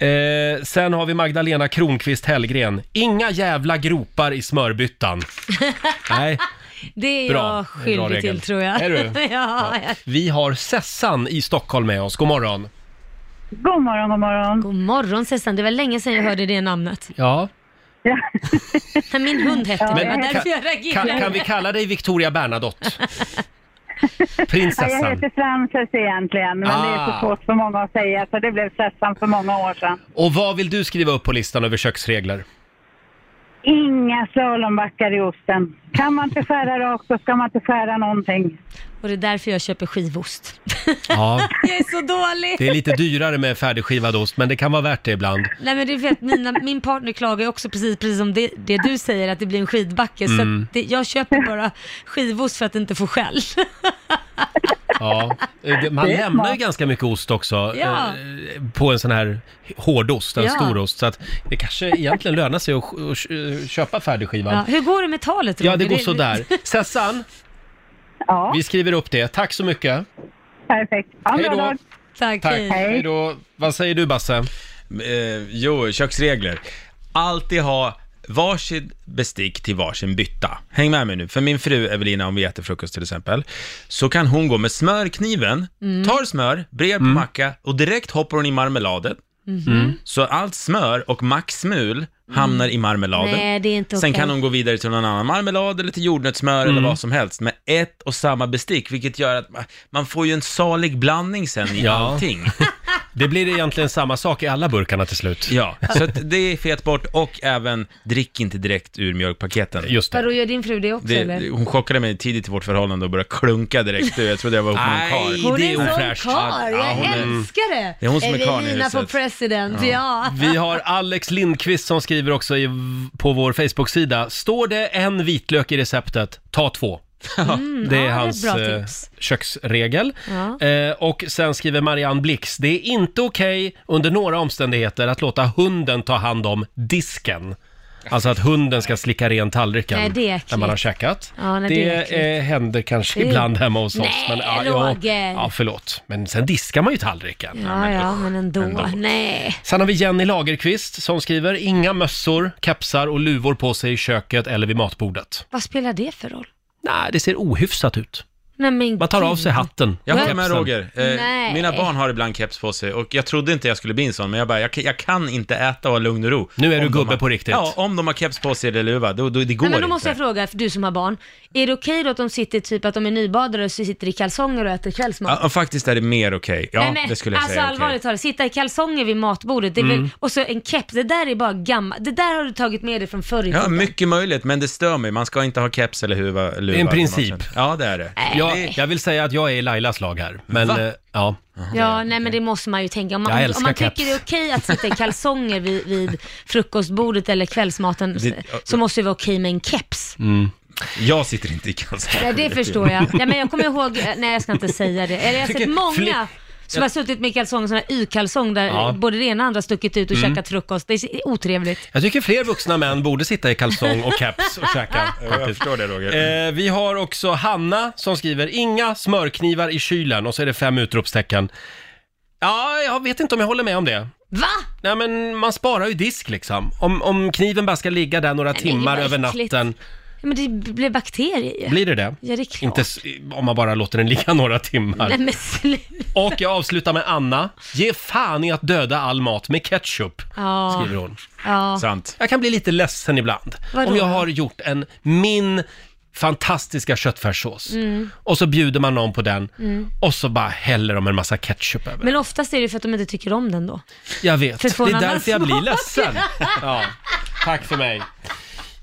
Eh, sen har vi Magdalena Kronqvist Hellgren, inga jävla gropar i smörbyttan. Nej,
Det är
Bra.
jag
Det är en bra
skyldig
regel.
till tror jag.
Är du?
ja, ja.
vi har Sessan i Stockholm med oss, god morgon.
God morgon, god morgon.
God morgon Sessan, det var länge sedan jag hörde det namnet.
Ja,
Min hund hette det, det var
Men
därför jag
kan,
reagerade.
kan vi kalla dig Victoria Bernadotte?
Ja, jag
Prinsessan.
heter Frances egentligen, men det är
Ah.
så svårt för många att säga så det blev Sessan för många år sedan.
Och vad vill du skriva upp på listan över köksregler?
Inga slalombackar i osten. Kan man inte skära rakt så ska man inte skära någonting.
Och det är därför jag köper skivost.
Ja,
jag är så dålig!
det är lite dyrare med färdigskivad ost, men det kan vara värt det ibland.
Nej men det är för att mina, min partner klagar ju också precis, precis som det, det du säger att det blir en skidbacke. Så
Mm.
att det, jag köper bara skivost för att inte få skäll.
Ja. Eh, det- Man lämnar ju ganska mycket ost också
Ja.
eh, på en sån här hårdost, en
Ja.
storost. Så att det kanske egentligen lönar sig att sk- att sk- köpa
Ja,
färdigskivan.
hur går det med talet
Ja, det
Roger?
går sådär. Sessan,
Ja,
vi skriver upp det. Tack så mycket.
perfekt. Ha en
Hej
bra
då.
dag.
Tack.
Tack.
hej.
Hej då. Vad säger du, Basse?
Eh, jo, köksregler. Alltid ha varsin bestick till varsin bytta. Häng med mig nu, för min fru Evelina, om vi äter frukost till exempel, så kan hon gå med smörkniven, tar smör, brer på macka och direkt hoppar hon i marmeladen.
Mhm.
Mm.
Mm.
Så allt smör och maxmul hamnar i marmeladen.
Nej, det är inte okej.
Sen kan hon gå vidare till någon annan marmelad eller till jordnötssmör
Mm.
eller vad som helst med ett och samma bestick, vilket gör att ma- man får ju en salig blandning sen i
Ja.
allting.
Det blir egentligen samma sak i alla burkarna till slut.
Ja, så att det är fet bort och även drick inte direkt ur mjölkpaketen.
Just det.
Vadå, gör din fru det också eller?
Det, hon chockade mig tidigt i vårt förhållande och började klunka direkt. Jag trodde jag var ihop med en karl.
Hon
det
är
är
en sån
ofräscht.
karl,
Ja,
jag
hon är-
älskar det!
Det är hon som är karln i
Evelina på
huset.
president, ja.
Vi har Alex Lindqvist som skriver också i, på vår Facebook-sida. Står det en vitlök i receptet, ta två. det är
ja, det är
hans
bra
eh,
tips.
köksregel.
Ja.
Eh, och sen skriver Marianne Blix, det är inte okej under några omständigheter att låta hunden ta hand om disken. Alltså att hunden ska slicka ren tallriken
Nej, det är äckligt.
när man har käkat.
Ja, nej, det är
det
äckligt.
eh, händer kanske
Det är-
ibland hemma hos
Nej,
oss. ja,
Roger.
Ja, förlåt. Men sen diskar man ju tallriken.
Ja, ja, men ändå. Nej.
Sen har vi Jenny Lagerqvist som skriver inga mössor, kepsar och luvor på sig i köket eller vid matbordet.
Vad spelar det för roll?
Nej, det ser ohyfsat ut.
Nej, men
Man tar av
gud.
sig hatten.
Jag håller
kepsen.
med Roger. Eh,
Mm. Nej.
mina barn har ibland keps på sig och jag trodde inte jag skulle bli en sån, men jag bara, jag, jag kan inte äta och ha lugn och ro.
Nu är
Om
du
de
gubbe
har-
på riktigt.
Ja, om de har keps på sig eller luva, då, då, det går
Nej, men då
inte.
måste jag fråga, för du som har barn. Är det okej då att de sitter typ att de är nybadare och så sitter i kalsonger och äter kvällsmat?
Ja, och faktiskt är det mer okej. Ja,
Nej, men,
det skulle jag
alltså,
säga. okej. Mm.
allvarligt talat, sitta i kalsonger vid matbordet det är väl, och så en keps, det där är bara gammalt. Det där har du tagit med dig från förr i
Ja,
tiden.
mycket möjligt, men det stör mig. Man ska inte ha keps eller huva. luva
En
på
princip.
matchen. Ja, det är det.
Jag, jag vill säga att jag är i Lailas lag här. Men,
Va?
eh, ja.
Ja, nej men det måste man ju tänka. Om
Jag
man,
älskar
om man
keps.
tycker det är okej att sitta i kalsonger vid, vid frukostbordet eller kvällsmaten
Det-
så måste det vara okej med en keps.
Mm.
Jag sitter inte i kalsonger.
Ja, det förstår jag. Nej, men jag kommer ihåg, nej jag ska inte säga det. Eller jag har
Tycker-
sett många som har suttit med kalsonger, sådana här y-kalsong där
Ja. Mm.
både det ena och andra stuckit ut och käkat frukost. Det är otrevligt.
Jag tycker fler vuxna män borde sitta i kalsong och keps och käka.
Ja, Jag
faktiskt.
förstår det, Roger.
Eh, vi har också Hanna som skriver “Inga smörknivar i kylen” och så är det fem utropstecken. Ja, jag vet inte om jag håller med om det.
Va?
Nej men man sparar ju disk liksom. Om, om kniven bara ska ligga där några
det är
timmar
bara
över
äckligt.
natten,
Men det blir bakterier ju.
blir det det?
Ja, det är klart.
Inte s- om man bara låter den ligga några timmar.
Nej men sluta.
Och jag avslutar med Anna. “Ge fan i att döda all mat med ketchup”,
Ja,
skriver hon.
ja.
Sant.
Jag kan bli lite ledsen ibland.
Vadå?
Om jag har gjort en min fantastiska köttfärssås
Mm.
och så bjuder man någon på den och så bara häller de en massa ketchup över.
Men oftast är det ju för att de inte tycker om den då.
Jag vet,
För att
det
få en
är
annan
därför jag blir
smak.
ledsen. Ja, tack för mig.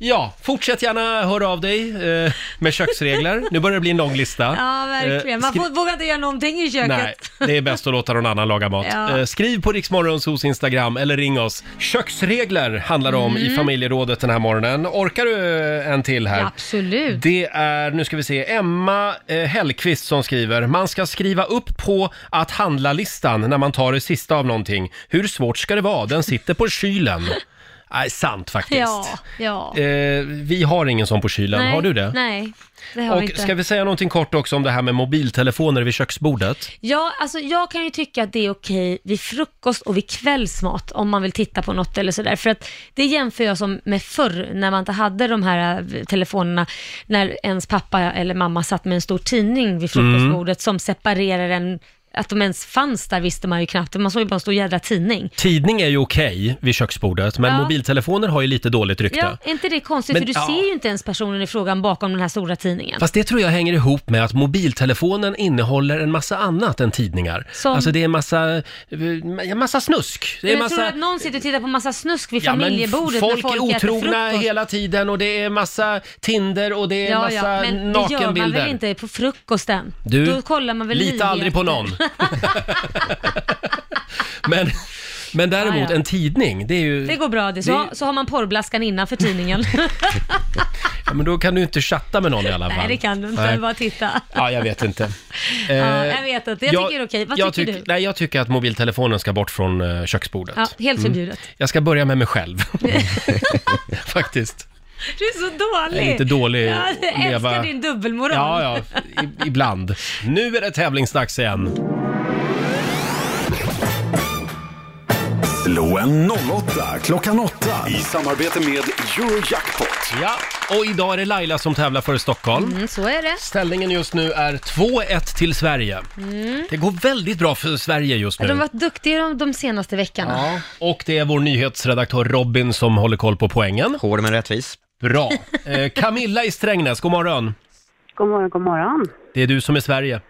Ja, fortsätt gärna höra av dig eh, med köksregler. Nu börjar det bli en lång lista.
Ja, verkligen.
Eh,
Man
skri-
får, vågar inte göra någonting i köket.
Nej, det är bäst att låta någon annan laga mat.
Ja.
Eh, Skriv på Riksmorgonsos Instagram eller ring oss. Köksregler handlar det om i familjerådet den här morgonen. Orkar du eh, en till här?
Mm. Ja, absolut.
Det är, nu ska vi se, Emma eh, Hellqvist som skriver. Man ska skriva upp på att handla-listan när man tar det sista av någonting. Hur svårt ska det vara? Den sitter på kylen. Nej, sant faktiskt.
Ja, ja.
Eh, vi har ingen sån på kylen,
nej,
har du det?
Nej, det har vi
Och
inte.
ska vi säga någonting kort också om det här med mobiltelefoner vid köksbordet?
Ja, alltså jag kan ju tycka att det är okej vid frukost och vid kvällsmat om man vill titta på något eller sådär. För att det jämför jag som med förr när man inte hade de här eh, telefonerna, när ens pappa eller mamma satt med en stor tidning vid
Mm.
frukostbordet som separerar en att de ens fanns där visste man ju knappt. Man såg ju bara en stor jädra tidning.
Tidning är ju okej vid köksbordet, men
Ja.
mobiltelefoner har ju lite dåligt rykte.
Ja, är inte det konstigt?
Men-
för du
ja.
ser ju inte ens personen i frågan bakom den här stora tidningen.
Fast det tror jag hänger ihop med att mobiltelefonen innehåller en massa annat än tidningar.
Som-
Alltså det är en massa, eh, massa snusk. Det är
Men
massa...
tror du att någon sitter och tittar på massa snusk vid
Ja, men
familjebordet
folk,
när folk
är
äter
otrogna
frukost?
hela tiden och det är massa Tinder och det är
Ja, ja,
massa
men det gör man
nakenbilder.
väl inte på frukosten?
Du,
Då kollar man väl
Lita aldrig på någon. men, men däremot
Ja, ja.
en tidning, det är ju...
Det går bra det. Så,
Det-
har- så har man porrblaskan innanför tidningen.
Ja, men då kan du inte chatta med någon i alla fall.
Nej, det kan du inte.
Nej.
Bara titta.
Ja, jag vet inte. Eh,
Ja, jag vet inte. Jag tycker det är okej. Vad
jag
tycker
tyck-
du?
Nej, jag tycker att mobiltelefonen ska bort från eh, köksbordet. Mm.
Ja, helt förbjudet.
Jag ska börja med mig själv. Faktiskt.
Du är så dålig.
Jag är lite dålig
Ja,
att
jag
leva-
älskar din dubbelmoral.
Ja, ja, i- ibland. Nu är det tävlingsdags igen.
Slå en 08 klockan 8 i samarbete med Eurojackpot.
Ja, och idag är det Laila som tävlar för Stockholm.
Mm, så är det. Mm.
Ställningen just nu är 2-1 till Sverige. Det går väldigt bra för Sverige just nu.
De har varit duktiga de, de senaste veckorna.
Ja, och det är vår nyhetsredaktör Robin som håller koll på poängen.
Hård men rättvis.
Bra. Eh, Camilla i Strängnäs, god morgon.
God morgon, god morgon.
Det är du som är Sverige.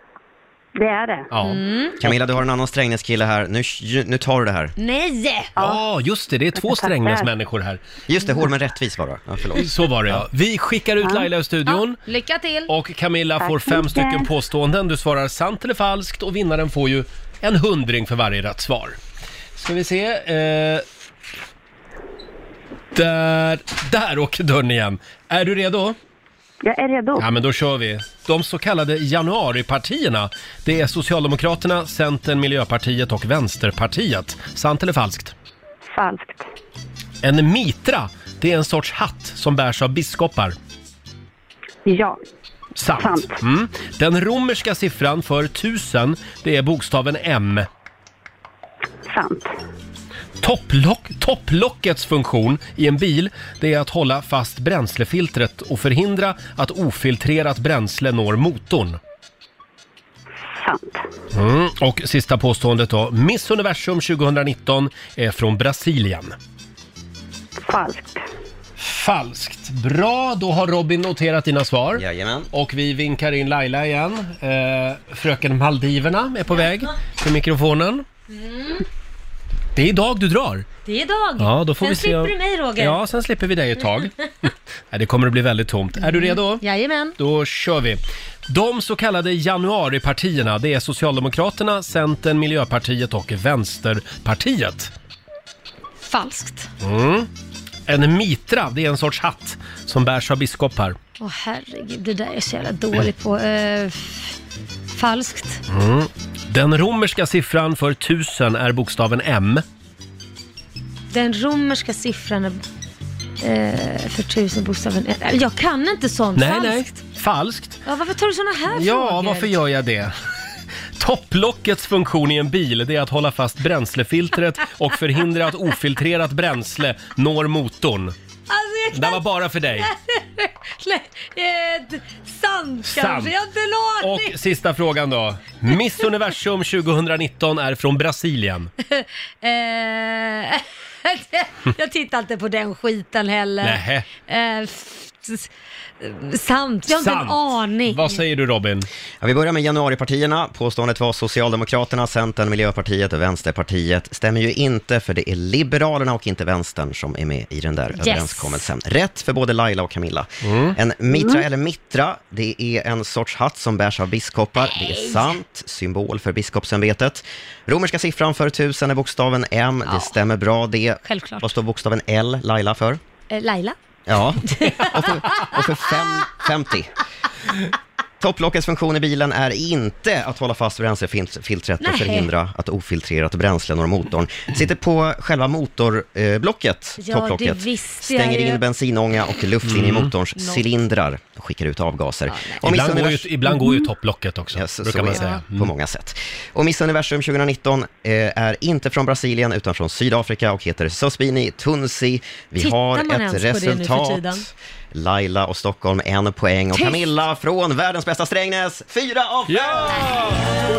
Det är det.
Ja,
Mm.
Camilla, du har en annan Strängnäskille här. Nu, nu tar du det här.
Nej!
ja just det. Det är två Strängnäsmänniskor här.
Just det, hård men rättvis var det. Ja, förlåt.
Så var det ja. Vi skickar ut Laila ur studion.
Lycka till!
Och Camilla får
så
fem
mycket.
stycken påståenden. Du svarar sant eller falskt och vinnaren får ju en hundring för varje rätt svar. Ska vi se. Eh, där, där åker dörren igen. Är du redo?
Jag är redo.
Ja, men då kör vi. De så kallade januaripartierna, det är Socialdemokraterna, Centern, Miljöpartiet och Vänsterpartiet. Sant eller falskt?
Falskt.
En mitra Det är en sorts hatt som bärs av biskopar.
Ja.
Sant. Mm. Den romerska siffran för tusen, det är bokstaven M.
Sant.
Topplock, topplockets funktion i en bil, det är att hålla fast bränslefiltret och förhindra att ofiltrerat bränsle når motorn.
Sant.
Mm. Och sista påståendet då. Miss Universum 2019 är från Brasilien.
Falskt.
Falskt. Bra, då har Robin noterat dina svar. Jajamän. Och vi vinkar in Laila igen. Eh, fröken Maldiverna är på väg till mikrofonen.
Mm.
Det är idag du drar.
Det är idag.
Ja, då får
sen
vi se.
slipper
om-
du mig Roger.
Ja, sen slipper vi dig ett tag. Nej, det kommer att bli väldigt tomt. Är du redo?
Mm. Jajamän.
Då kör vi. De så kallade januaripartierna, det är Socialdemokraterna, Centern, Miljöpartiet och Vänsterpartiet.
Falskt.
Mm. En mitra, det är en sorts hatt som bärs av biskopar.
Åh herregud, det där är jag så jävla dålig på. Eh, f- falskt.
Mm. Den romerska siffran för tusen är bokstaven M.
Den romerska siffran är, eh, för tusen bokstaven är- Jag kan inte sånt.
Nej,
falskt.
nej. Falskt.
Ja, varför tar du såna här
Ja,
frågor?
varför gör jag det? Topplockets funktion i en bil det är att hålla fast bränslefiltret och förhindra att ofiltrerat bränsle når motorn.
Alltså, jag
Det var bara för dig.
Nej, eh, d- sant, sant
Sant.
kanske. Jag har inte en aning.
Och sista frågan då. Miss Universum 2019 är från Brasilien.
Eh, jag tittar inte på den skiten heller.
Nähä.
Eh, f- s- eh, sant, jag har inte en
Sant.
aning.
Vad säger du Robin?
Ja, vi börjar med januaripartierna. Påståendet var Socialdemokraterna, Centern, Miljöpartiet och Vänsterpartiet. Stämmer ju inte, för det är Liberalerna och inte Vänstern som är med i den där
Yes.
överenskommelsen. Rätt för både Laila och Camilla. En mitra
Mm.
eller mitra, det är en sorts hatt som bärs av biskopar. Det är sant, symbol för biskopsämbetet. Romerska siffran för tusen är bokstaven M. Det stämmer bra det.
Självklart.
Vad står bokstaven L, Laila, för?
Eh, Laila?
Ja, och för, och för fem, 50. Topplockets funktion i bilen är inte att hålla fast bränslefiltret och
Nej.
förhindra att ofiltrerat bränsle når motorn. Sitter på själva motorblocket,
Ja,
topplocket,
det visste jag
stänger
ju.
in bensinånga och luft in i
Mm.
motorns
Något.
cylindrar och skickar ut avgaser.
Ibland går, ju, ibland går ju topplocket också,
Mm. Så
brukar man
är det
säga. Mm.
På många sätt. Och Miss Universum 2019 eh, är inte från Brasilien utan från Sydafrika och heter Sosbini Tunsi. Vi
Tittar
har
man ens på
ett
det nu för tiden?
resultat. Laila och Stockholm en poäng och
Tyst!
Camilla från världens bästa Strängnäs fyra av fem!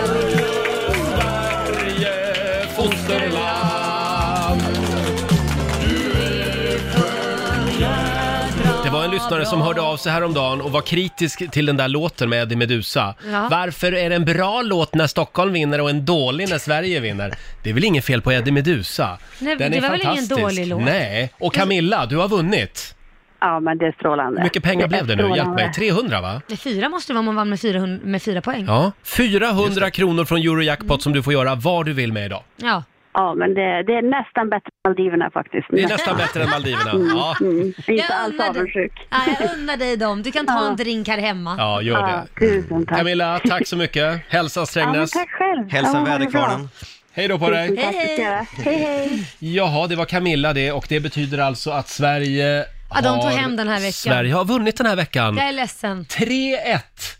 Det var en lyssnare som hörde av sig häromdagen och var kritisk till den där låten med Eddie Meduza.
Ja.
Varför är det en bra låt när Stockholm vinner och en dålig när Sverige vinner? Det är väl inget fel på Eddie Meduza?
Nej,
den
det
är
var väl ingen
fantastisk.
dålig låt?
Nej, och Camilla, du har vunnit.
Ja, men det är strålande.
Hur mycket pengar
Det är
blev det nu? Hjälp mig,
strålande.
300 va?
Nej, fyra måste det vara om man vann med fyra, hund- med fyra poäng.
Ja, 400 kronor från Eurojackpot som du får göra vad du vill med idag.
Ja.
Ja, men det, det är nästan bättre än Maldiverna faktiskt.
Det är nästan bättre än Maldiverna.
Mm,
Ja.
mm. Jag är
Jag
Inte alls
unnar dig.
avundsjuk.
Ja, jag unnar dig dem. Du kan ta en drink här hemma.
Ja, gör det.
Tusen tack.
Camilla, tack så mycket. Hälsa Strängnäs.
Ja, men tack själv.
Hälsa
Ja, ha det
väderkvarnen.
bra.
Hej då på dig.
Tusen tack, det ska jag göra. Hej, hej.
Jaha, det var Camilla det och det betyder alltså att Sverige
Ja, de tog
har...
hem den här veckan.
Sverige har vunnit den här veckan.
Jag är ledsen.
3-1.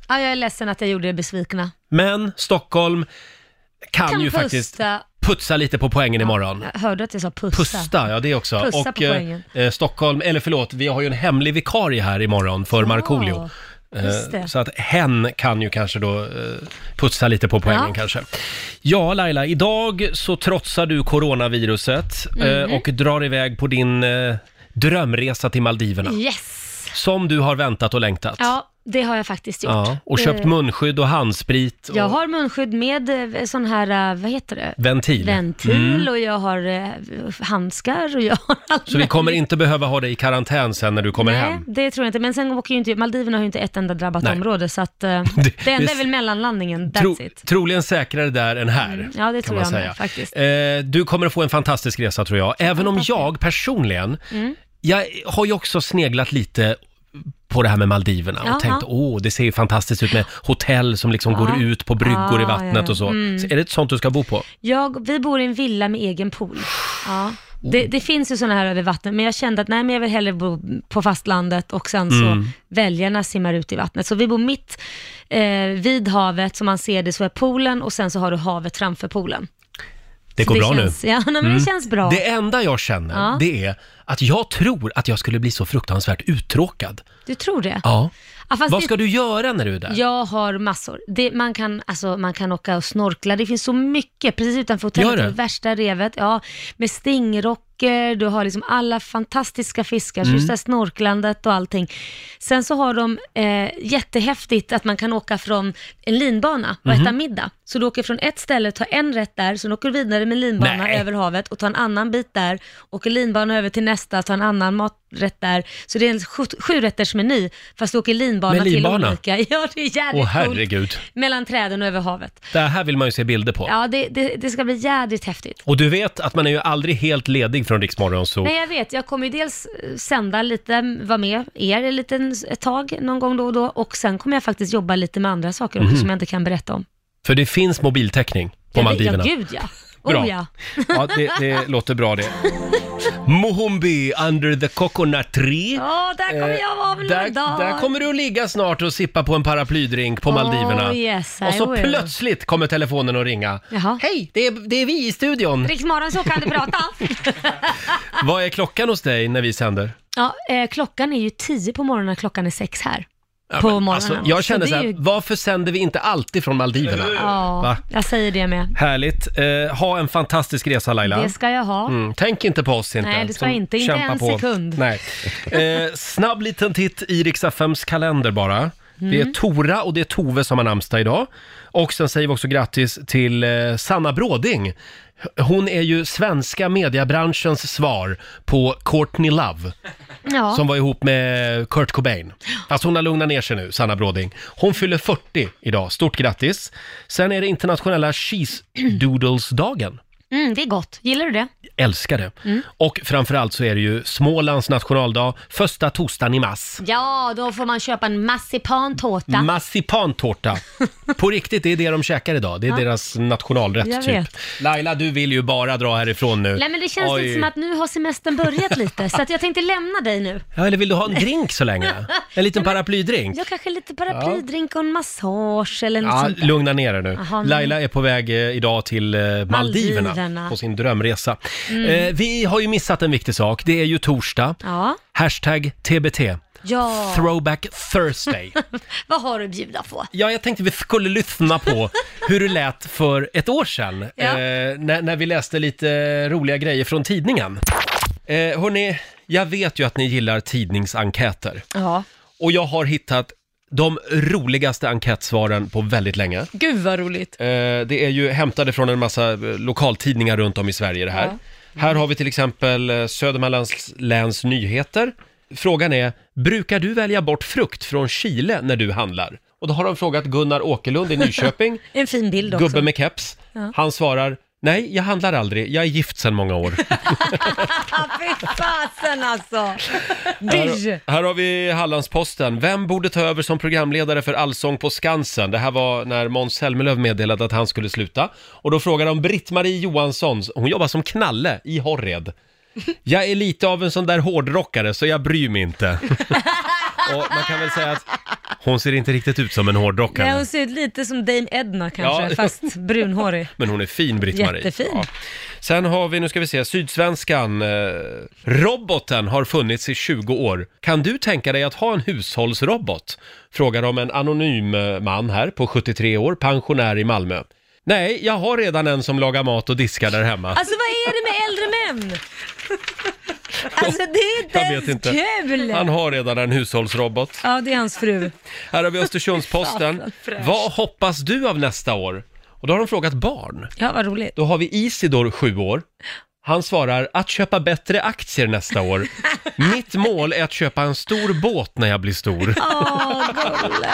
Ja, jag är ledsen att jag gjorde er besvikna.
Men Stockholm kan,
Kan
ju
pusta.
faktiskt putsa lite på poängen imorgon.
Jag hörde att jag sa pussa.
Pusta, ja det också.
Pussa
och
på poängen.
eh, Stockholm, eller förlåt, vi har ju en hemlig vikarie här imorgon för Markoolio. Eh,
just det.
Så att hen kan ju kanske då eh, putsa lite på poängen
Ja.
kanske. Ja, Laila, idag så trotsar du coronaviruset eh,
Mhm.
och drar iväg på din eh, drömresa till Maldiverna.
Yes!
Som du har väntat och längtat.
Ja, det har jag faktiskt gjort.
Ja, och köpt
Eh,
munskydd och handsprit och
Jag har munskydd med eh, sån här, eh, vad heter det?
ventil.
Ventil
Mm.
och jag har eh, handskar och jag har allt
Så vi kommer
möjligt.
inte behöva ha dig i karantän sen när du kommer
Nej,
hem.
det tror jag inte. Men sen åker ju inte, Maldiverna har ju inte ett enda drabbat
Nej.
område, så att eh, det enda är väl mellanlandningen, that's
Tro,
it. Mm,
troligen säkrare där än här.
Ja,
kan
det tror
man
jag
säga.
med faktiskt.
Eh, du kommer att få en fantastisk resa tror jag. Även om jag personligen,
Mm.
jag har ju också sneglat lite på det här med Maldiverna
Jaha.
och tänkt åh, det ser ju fantastiskt ut med hotell som liksom går
Ja.
ut på bryggor i
Ah,
vattnet
ja, ja.
och så.
Mm.
så. Är det ett sånt du ska bo på?
Jag, vi bor i en villa med egen pool. Ja. Det, det finns ju sådana här över vattnet, men jag kände att nej, men jag vill hellre bo på fastlandet och sen så
Mm.
väljarna simmar ut i vattnet. Så vi bor mitt eh, vid havet, som man ser det så är poolen och sen så har du havet framför poolen.
Det
Så
går bra
känns,
nu.
Ja, nej, men det
Mm.
känns bra.
Det enda jag känner,
Ja.
det är att jag tror att jag skulle bli så fruktansvärt uttråkad.
Du tror det?
Ja.
Ja, fast
Vad
det-
ska du göra när du är där?
Jag har massor. Det, man, kan, alltså, man kan åka och snorkla, det finns så mycket. Precis utanför
Gör
hotellet,
det?
det värsta revet, ja, med stingrocker, du har liksom alla fantastiska fiskar, så
Mm.
just det här snorklandet och allting. Sen så har de eh, jättehäftigt att man kan åka från en linbana och äta
Mhm.
middag. Så du åker från ett ställe, tar en rätt där, sen åker du vidare med linbana
Nej.
över havet och tar en annan bit där, åker linbana över till nästa, tar en annan maträtt där. Så det är en sju, sjurätters meny, fast du åker linbana
Med
till
linbana?
olika. Ja, det är jävligt
Åh
coolt.
herregud,
Mellan träden och över havet.
det här vill man ju se bilder på.
Ja, det, det, det ska bli jädrigt häftigt.
Och du vet att man är ju aldrig helt ledig från Riksmorgon så...
Nej, jag vet. Jag kommer ju dels eh, sända lite, vara med er en liten, ett tag någon gång då och då och sen kommer jag faktiskt jobba lite med andra saker också
Mhm.
som jag inte kan berätta om.
För det finns mobiltäckning på
Ja, det-
Maldiverna.
Ja, gud ja.
Bra.
Oh, ja.
Ja, det, det låter bra det. Mohombi under the coconut tree.
Ja, där kommer
Eh,
jag vara om några
där,
dagar.
där kommer du att ligga snart och sippa på en paraplydrink på Maldiverna.
Oh, yes, I
och så
will.
plötsligt kommer telefonen att ringa.
Jaha.
Hej, det är, det är vi i studion.
Riksmorgon så kan du prata.
Vad är klockan hos dig när vi sänder?
ja, eh, klockan är ju tio på morgonen, klockan är sex här.
Ja,
på
men,
morgonen.
alltså, jag känner
det
så
är
här,
ju-
varför sänder vi inte alltid från Maldiverna?
Ja,
Va?
jag säger det med.
Härligt. Eh, ha en fantastisk resa Laila.
Det ska jag ha.
Mm, tänk inte på oss inte.
Nej, det ska
som
jag inte. Inte
kämpar
en sekund.
Nej. Eh, snabb liten titt i Riksaffems kalender bara. Det är
Mm.
Tora och det är Tove som har namnsdag idag. Och sen säger vi också grattis till eh, Sanna Bråding. Hon är ju svenska mediebranschens svar på Courtney Love.
Ja.
Som var ihop med Kurt Cobain. Fast hon har lugnat ner sig nu, Sanna Bråding. Hon fyller 40 idag, stort grattis. Sen är det internationella Cheese Doodles-dagen.
Mm, det är gott. Gillar du det?
Älskar det.
Mm.
Och framförallt så är det ju Smålands nationaldag, första torsdagen i mass.
Ja, då får man köpa en massipantårta.
Massipantårta. På riktigt, det är det de käkar idag. Det är
Ja.
deras nationalrätt
Jag
typ.
vet.
Laila, du vill ju bara dra härifrån nu.
Nej men det känns
Oj.
lite som att nu har semestern börjat lite, så att jag tänkte lämna dig nu.
Ja, eller vill du ha en drink så länge? En liten paraplydrink?
Jag kanske lite paraplydrink och en massage eller något
Ja,
sånt där.
lugna ner er nu.
Jaha, men-
Laila är på väg eh, idag till eh, Maldiverna,
Maldiverna.
på sin drömresa.
Mm.
Eh, vi har ju missat en viktig sak. Det är ju torsdag.
Ja.
Hashtag TBT.
Ja.
Throwback Thursday.
Vad har du att bjuda på?
Ja, jag tänkte vi skulle lyssna på hur det lät för ett år sedan
Ja.
eh, när, när vi läste lite roliga grejer från tidningen. Eh, hörni, jag vet ju att ni gillar tidningsenkäter
Ja.
och jag har hittat de roligaste enkätsvaren på väldigt länge.
Gud vad roligt.
Eh, det är ju hämtade från en massa eh, lokaltidningar runt om i Sverige det här. Här har vi till exempel eh, Södermanlands läns nyheter. Frågan är, brukar du välja bort frukt från Chile när du handlar? Och då har de frågat Gunnar Åkerlund i Nyköping,
En fin bild också.
gubbe med keps.
Ja.
Han svarar, nej, jag handlar aldrig, jag är gift sedan många år.
Fy fasen alltså!
Här, här har vi Hallandsposten. Vem borde ta över som programledare för Allsång på Skansen? Det här var när Måns Zelmerlöw meddelade att han skulle sluta. Och då frågade de Britt-Marie Johansson, hon jobbar som knalle i Horred. Jag är lite av en sån där hårdrockare så jag bryr mig inte. Och man kan väl säga att hon ser inte riktigt ut som en hårdrockare.
Nej, hon ser ut lite som Dame Edna kanske,
Ja.
fast brunhårig.
Men hon är fin, Britt-Marie.
Jättefin.
Sen har vi, nu ska vi se, Sydsvenskan. Eh, roboten har funnits i 20 år. Kan du tänka dig att ha en hushållsrobot? Frågar om en anonym eh, man här på 73 år, pensionär i Malmö. Nej, jag har redan en som lagar mat och diskar där hemma.
Alltså vad är det med äldre män? Alltså det är inte
Jag vet
ens
inte.
kul!
Han har redan en hushållsrobot.
Ja, det är hans fru.
Här har vi Östersundsposten.
Fasen, fräsch.
Vad hoppas du av nästa år? Och då har de frågat barn.
Ja, vad roligt.
Då har vi Isidor, sju år. Han svarar att köpa bättre aktier nästa år. Mitt mål är att köpa en stor båt när jag blir stor.
Åh,
Gulle.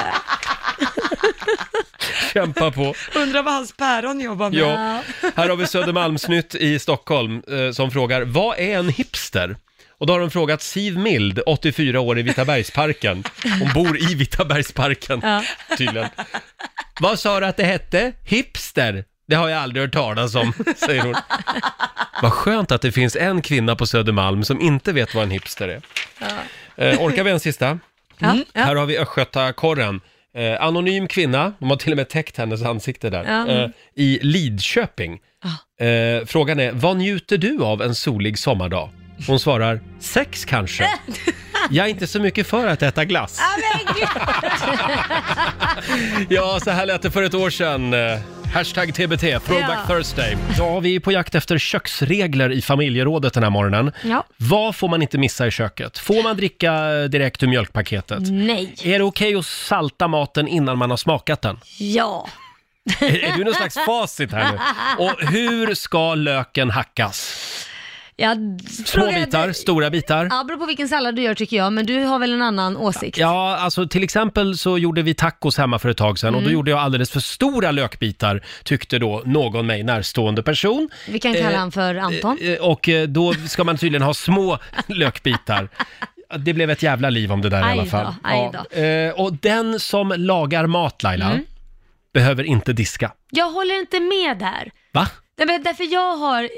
Kämpa på.
Undrar vad hans päron jobbar med.
Ja. Här har vi Södermalmsnytt i Stockholm eh, som frågar, vad är en hipster? Och då har de frågat Siv Mild, 84 år i Vitabergsparken. Hon bor i Vitabergsparken,
Ja.
tydligen. Vad sa du att det hette? Hipster? Det har jag aldrig hört talas om, säger hon. Vad skönt att det finns en kvinna på Södermalm som inte vet vad en hipster är. Eh, orkar vi en sista? Mm.
Ja, ja.
Här har vi Östgötakorren. Eh, anonym kvinna, de har till och med täckt hennes ansikte där,
Ja.
eh, i Lidköping. Eh, frågan är, vad njuter du av en solig sommardag? Hon svarar, sex kanske. Jag är inte så mycket för att äta glass. Ja, så här lät det för ett år sedan. Eh, Hashtag TBT, Throwback
Ja.
Thursday. Ja, vi är på jakt efter köksregler i familjerådet den här morgonen.
Ja.
Vad får man inte missa i köket? Får man dricka eh, direkt ur mjölkpaketet?
Nej.
Är det okej att salta maten innan man har smakat den?
Ja.
Är, är du någon slags facit här nu? Och hur ska löken hackas?
Jag
Små
frågade-
bitar, stora bitar?
Ja, beror på vilken sallad du gör tycker jag, men du har väl en annan åsikt?
Ja, alltså till exempel så gjorde vi tacos hemma för ett tag sedan och då
Mm.
gjorde jag alldeles för stora lökbitar, tyckte då någon mig närstående person.
Vi kan kalla
Eh,
han för Anton.
eh, Och eh, då ska man tydligen ha små lökbitar. Det blev ett jävla liv om det där i
Aj
alla
då,
fall.
aj då. Mm.
Eh, Och den som lagar mat, Laila, behöver inte diska.
Jag håller inte med där.
Va?
Nej, men Därför jag har,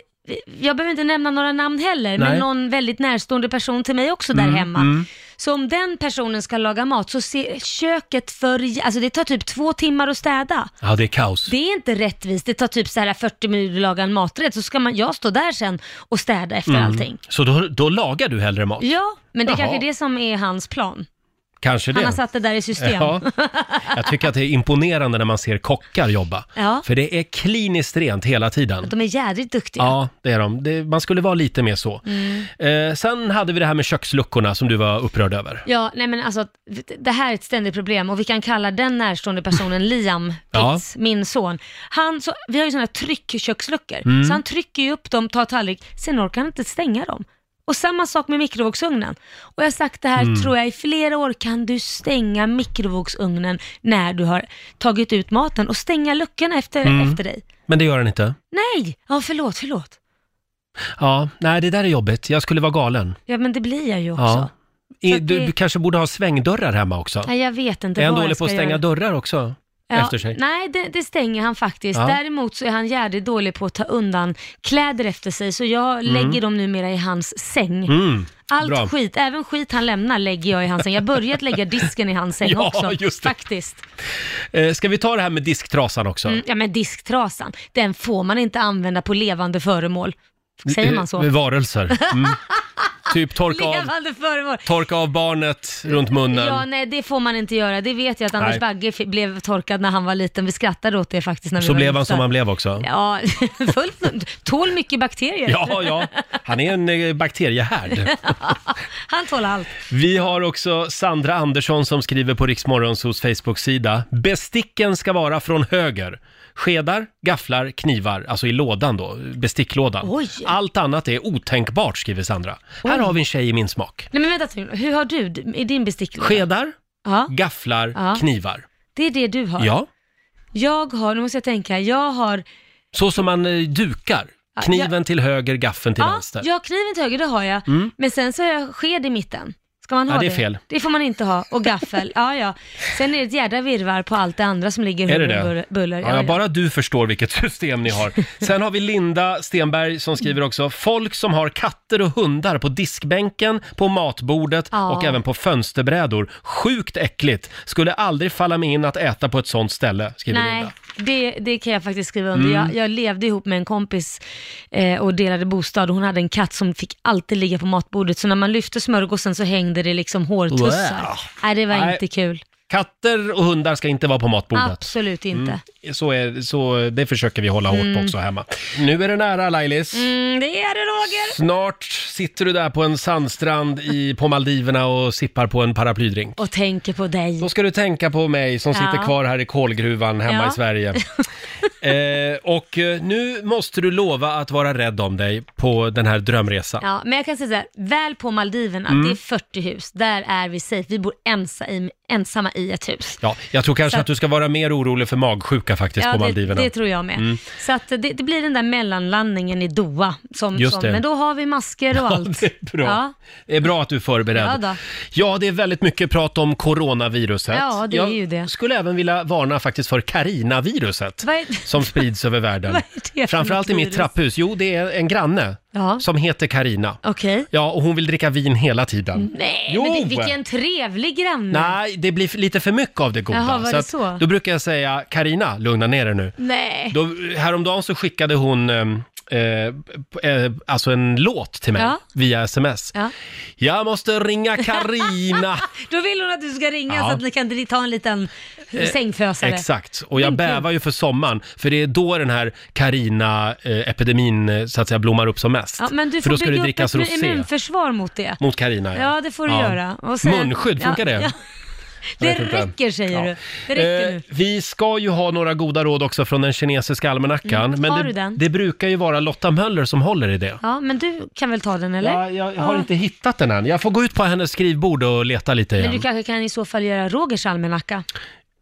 jag behöver inte nämna några namn heller, men
Nej.
någon väldigt närstående person till mig också där
Mm,
hemma.
mm.
Så om den personen ska laga mat så ser köket för, alltså det tar typ två timmar att städa.
Ja, det är kaos.
Det är inte rättvist, det tar typ så här 40 minuter att laga en maträtt, så ska man, jag stå där sen och städa efter
Mm.
allting.
Så då, då lagar du hellre mat?
Ja, men det
Jaha.
är kanske är det som är hans plan.
Kanske det.
Han har satt det där i system.
Ja.
Ja.
Jag tycker att det är imponerande när man ser kockar jobba.
Ja.
För det är kliniskt rent hela tiden.
De är jädrigt duktiga.
Ja, det är de. Det, man skulle vara lite mer så.
Mm.
Eh, sen hade vi det här med köksluckorna som du var upprörd över.
Ja, nej men alltså det här är ett ständigt problem och vi kan kalla den närstående personen Liam
Ja.
Pitts, min son. Han, så, vi har ju sådana tryckköksluckor,
Mm.
så han trycker ju upp dem, tar tallrik, sen orkar han inte stänga dem. Och samma sak med mikrovågsugnen. Och jag har sagt det här,
Mm.
tror jag, i flera år, kan du stänga mikrovågsugnen när du har tagit ut maten och stänga luckorna efter,
Mm.
efter dig?
Men det gör den inte.
Nej! Ja, förlåt, förlåt.
Ja, nej det där är jobbigt. Jag skulle vara galen.
Ja, men det blir jag ju också.
Ja. I,
Så att
du,
det-
du kanske borde ha svängdörrar hemma också.
Nej, jag vet inte
är han
vad
dålig
jag
på
ska
att stänga
göra.
dörrar också?
Ja,
Efter sig?
Nej, det, det stänger han faktiskt.
Ja.
Däremot så är han jävligt dålig på att ta undan kläder efter sig, så jag
Mm.
lägger dem numera i hans säng.
Mm,
Allt
bra.
skit, även skit han lämnar lägger jag i hans säng. Jag har börjat lägga disken i hans säng
Ja,
också,
just det.
faktiskt.
Eh, ska vi ta det här med disktrasan också?
Mm, ja, men disktrasan, den får man inte använder på levande föremål. Säger man
Eh,
så?
Varelser. Mm. typ torka av,
Levande föremål.
torka av barnet runt munnen.
Ja, nej det får man inte göra. Det vet jag att
Nej.
Anders Bagge f- blev torkad när han var liten. Vi skrattade åt det faktiskt när vi
Så
var
blev han som
gifta.
han blev också.
Ja, fullt Tål mycket bakterier.
Ja, ja. Han är en eh, bakteriehärd.
Han tål allt.
Vi har också Sandra Andersson som skriver på Riksmorgonsos Facebook-sida. Besticken ska vara från höger. Skedar, gafflar, knivar, alltså i lådan då, besticklådan. Allt annat är otänkbart, skriver Sandra. Här har vi en tjej i min smak.
Nej men vänta till, hur har du d- i din besticklåda?
Skedar,
Ja.
gafflar,
Ja.
knivar.
Det är det du har?
Ja,
Jag har, nu måste jag tänka, jag har...
så som man eh, dukar.
Ja,
Kniven till höger, gaffeln till
Ja,
vänster.
jag har kniven till höger, det har jag.
Mm.
Men sen så har jag sked i mitten. Ska man
Ja,
ha
det är fel.
Det får man inte ha. Och gaffel, ja ja. Sen är det ett jädra virrvarr på allt det andra som ligger i
Är det
huller och
det?
bur- buller.
Ja, bara du förstår vilket system ni har. Sen har vi Linda Stenberg som skriver också, folk som har katter och hundar på diskbänken, på matbordet
Ja.
och även på fönsterbrädor. Sjukt äckligt! Skulle aldrig falla mig in att äta på ett sånt ställe, skriver
Nej,
Linda.
det, det kan jag faktiskt skriva under.
Mm.
Jag, jag levde ihop med en kompis eh, och delade bostad och hon hade en katt som fick alltid ligga på matbordet. Så när man lyfte smörgåsen så hängde det liksom hårtussar.
Wow.
Nej, det var
Nej.
inte kul.
Katter och hundar ska inte vara på matbordet.
Absolut inte.
Mm, så, är, så det försöker vi hålla hårt på
Mm.
också hemma. Nu är det nära Lailis.
Mm, det är det Roger.
Snart sitter du där på en sandstrand i, på Maldiverna och sippar på en paraplydrink.
Och tänker på dig.
Då ska du tänka på mig som sitter
Ja.
kvar här i kolgruvan hemma
Ja.
i Sverige. Eh, och eh, nu måste du lova att vara rädd om dig på den här drömresan.
Ja, men jag kan säga så här, väl på Maldiverna,
Mm.
det är 40 hus, där är vi safe. Vi bor ensa i, ensamma i i ett hus.
Ja, jag tror kanske
Så
att,
att-
du ska vara mer orolig för magsjuka faktiskt på
det,
Maldiverna.
det tror jag med.
Mm.
Så att det, det blir den där mellanlandningen i Doha. Som,
Just
som,
det.
men då har vi masker och
Ja,
allt.
det är bra.
Ja.
Det är bra att du är
Ja,
förberedd.
då.
Ja, det är väldigt mycket prat om coronaviruset.
Ja, det är
jag
ju det.
skulle även vilja varna faktiskt för carinaviruset
Vad är-
som sprids över världen.
Vad är det för
Framförallt i mitt
virus?
trapphus. Jo, det är en granne
Ja.
som heter Karina.
Okej.
Ja, och hon vill dricka vin hela tiden.
Nej,
Jo!
men det, vilken trevlig granne.
Nej, det blir lite för mycket av det goda.
Jaha, var det
att
så?
Då brukar jag säga, Karina, lugna ner dig nu.
Nej.
Då, häromdagen så skickade hon ehm, eh, p- eh, alltså en låt till mig
Ja.
via sms.
Ja.
Jag måste ringa Karina.
Då vill hon att du ska ringa
Ja.
så att ni kan ta en liten
Eh,
sängfösare.
Exakt, och jag
Men kul.
bävar ju för sommaren, för det är då den här Carina-epidemin eh, så att säga blommar upp som mest.
Ja, men du
för
får
då ska det
bygga
drickas
upp ett
rosé
immunförsvar mot det.
mot Carina.
Ja, det får du göra. Och sen-
Munskydd, funkar
Ja,
det?
ja.
Jag vet
Det
inte.
räcker säger
Ja.
du. Det räcker
Eh,
nu.
Vi ska ju ha några goda råd också från den kinesiska almanackan,
Mm,
men
har
det,
du den?
det brukar ju vara Lotta Möller som håller i det.
Ja, men du kan väl ta den eller?
Ja, jag har inte hittat den än. Jag får gå ut på hennes skrivbord och leta lite igen.
Men du kanske kan i så fall göra Rogers almanacka?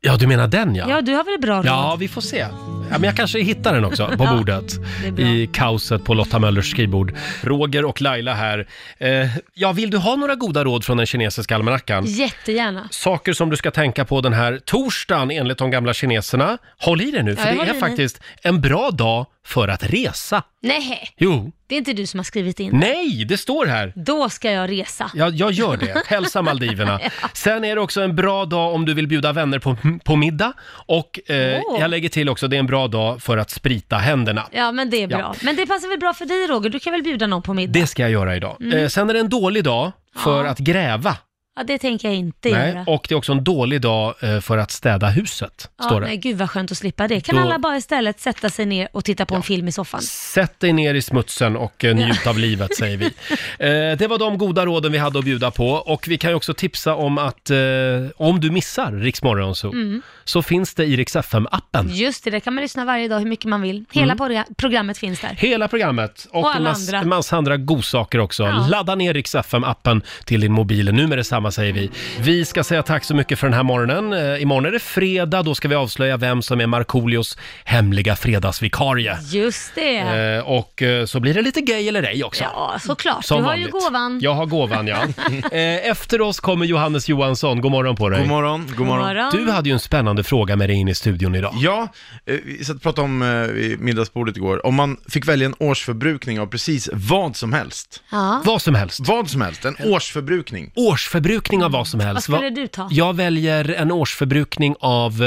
Ja, du menar den ja.
Ja. du har väl bra
Ja,
råd?
vi får se. Ja, men jag kanske hittar den också på
Ja,
bordet.
det är bra.
I kaoset på Lotta Möllers skrivbord. Roger och Laila här. Eh, ja, vill du ha några goda råd från den kinesiska almanackan?
Jättegärna.
Saker som du ska tänka på den här torsdagen enligt de gamla kineserna. Håll i dig nu,
Ja,
för
jag
det
håller
är
i.
faktiskt en bra dag för att resa.
Nej,
Jo,
det är inte du som har skrivit in.
nej, det står här.
Då ska jag resa.
Ja, jag gör det. Hälsa Maldiverna. Sen är det också en bra dag om du vill bjuda vänner på, på middag. Och eh,
Åh.
jag lägger till också, det är en bra dag för att sprita händerna.
Ja, men det är
Ja.
bra. Men det passar väl bra för dig Roger? Du kan väl bjuda någon på middag?
Det ska jag göra idag.
Mm.
Eh, sen är det en dålig dag för
Ja.
att gräva.
Ja, det tänker jag inte göra.
och det är också en dålig dag eh, för att städa huset,
Ja,
står det.
nej, gud vad skönt att slippa det. Kan
Då-
alla bara istället sätta sig ner och titta på en film i soffan?
Sätt dig ner i smutsen och eh, njut av livet, säger vi. Eh, det var de goda råden vi hade att bjuda på. Och vi kan ju också tipsa om att eh, om du missar Rix Morgon Zoo,
Mm.
så finns det i Rix FM-appen.
Just det, där kan man lyssna varje dag hur mycket man vill. Hela
Mm.
porga- programmet finns där.
Hela programmet och,
Och alla
en, mass,
andra.
en massa andra godsaker också.
Ja.
Ladda ner Rix FM-appen till din mobil. Nu med detsamma säger vi. Vi ska säga tack så mycket för den här morgonen. Eh, imorgon är det fredag, då ska vi avslöja vem som är Markoolios hemliga fredagsvikarie.
Just det.
Eh, och eh, så blir det lite gay eller ej också.
Ja, såklart.
Som
du har
vanligt.
ju gåvan.
Jag har gåvan, ja. eh, efter oss kommer Johannes Johansson. God morgon på dig.
God morgon, god morgon. God morgon.
Du hade ju en spännande fråga med dig in i studion idag.
Ja, eh, vi satt och pratade om eh, vid middagsbordet igår, om man fick välja en årsförbrukning av precis vad som helst.
Ja.
Vad som helst?
Vad som helst, en årsförbrukning.
Årsförbrukning av vad som helst.
Vad skulle du ta?
Jag väljer en årsförbrukning av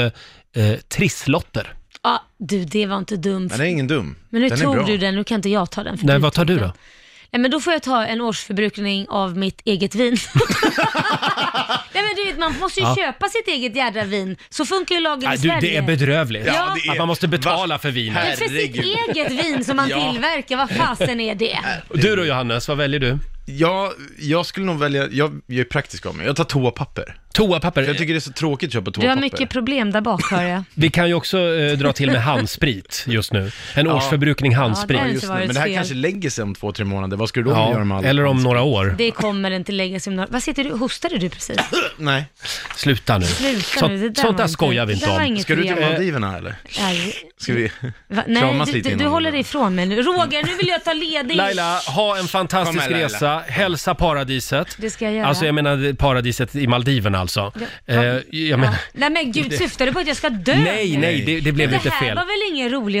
eh, trisslotter.
Ja, du, det var inte dumt.
Den är ingen dum.
Men nu
Den är bra.
tog du den, nu kan inte jag ta den. för typ
Nej, vad tar du då?
Nej, men då får jag ta en årsförbrukning av mitt eget vin. Nej, men du vet, man måste ju
Ja.
köpa sitt eget jädra vin. Så funkar ju lagen
Nej,
i
du,
Sverige.
det är bedrövligt.
Ja, Ja, det
Att man måste betala för vinet.
Men för sitt eget vin som man tillverkar, vad fasen är det?
Du då Johannes, vad väljer du?
Ja, jag skulle nog välja, jag, jag är praktisk av mig, jag tar toapapper.
Toapapper?
Jag tycker det är så tråkigt att köpa
Du har
toapapper.
mycket problem där bak hör jag.
Vi kan ju också eh, dra till med handsprit just nu. En
Ja.
årsförbrukning handsprit.
Ja, det har inte varit
Men det här
fel.
kanske lägger sig om två, tre månader, vad ska du då
Ja,
göra med allt?
eller om några år.
Det kommer inte lägga sig om några- Vad sitter du, hostade du precis?
Nej.
Sluta nu.
Sluta
Så,
nu, det där
sånt där
var inte-
skojar vi
det
inte
där var
om.
inget Ska du till trevligt.
Maldiverna eller?
Nej,
Ska vi
va,
kramas
nej du,
lite
du, du
innan?
håller dig ifrån mig nu. Roger, nu vill jag ta ledigt.
Laila, ha en fantastisk
Kom med, Laila.
resa. Hälsa paradiset.
Det ska jag göra.
Alltså jag menar paradiset i Maldiverna alltså.
Ja.
Eh, jag menar...
Nej men gud,
Det-
syftar du på att jag ska dö
Nej,
nu?
nej, det, det blev
det
lite
här
fel.
var väl ingen rolig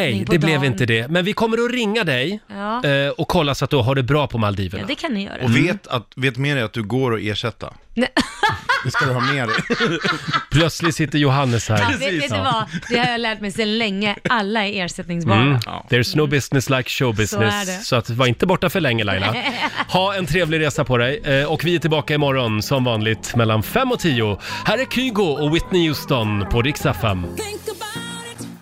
Nej,
på
det
dagen?
blev inte det. Men vi kommer att ringa dig
Ja.
eh, och kolla så att du har det bra på Maldiverna. Mm.
Ja, det kan ni göra.
Och vet, att, vet med dig att du går att ersätta.
Nej.
Det ska du ha med dig.
Plötsligt sitter Johannes här.
Ja, vet, vet du vad? Det har jag lärt mig sedan länge. Alla är ersättningsbara.
Mm. There's no business like show
Så är det.
business. Så, att var inte borta för länge Laila. Ha en trevlig resa på dig. Eh, Och vi är tillbaka imorgon som vanligt mellan 5 och 10. Här är Kygo och Whitney Houston på Rix FM.
Think about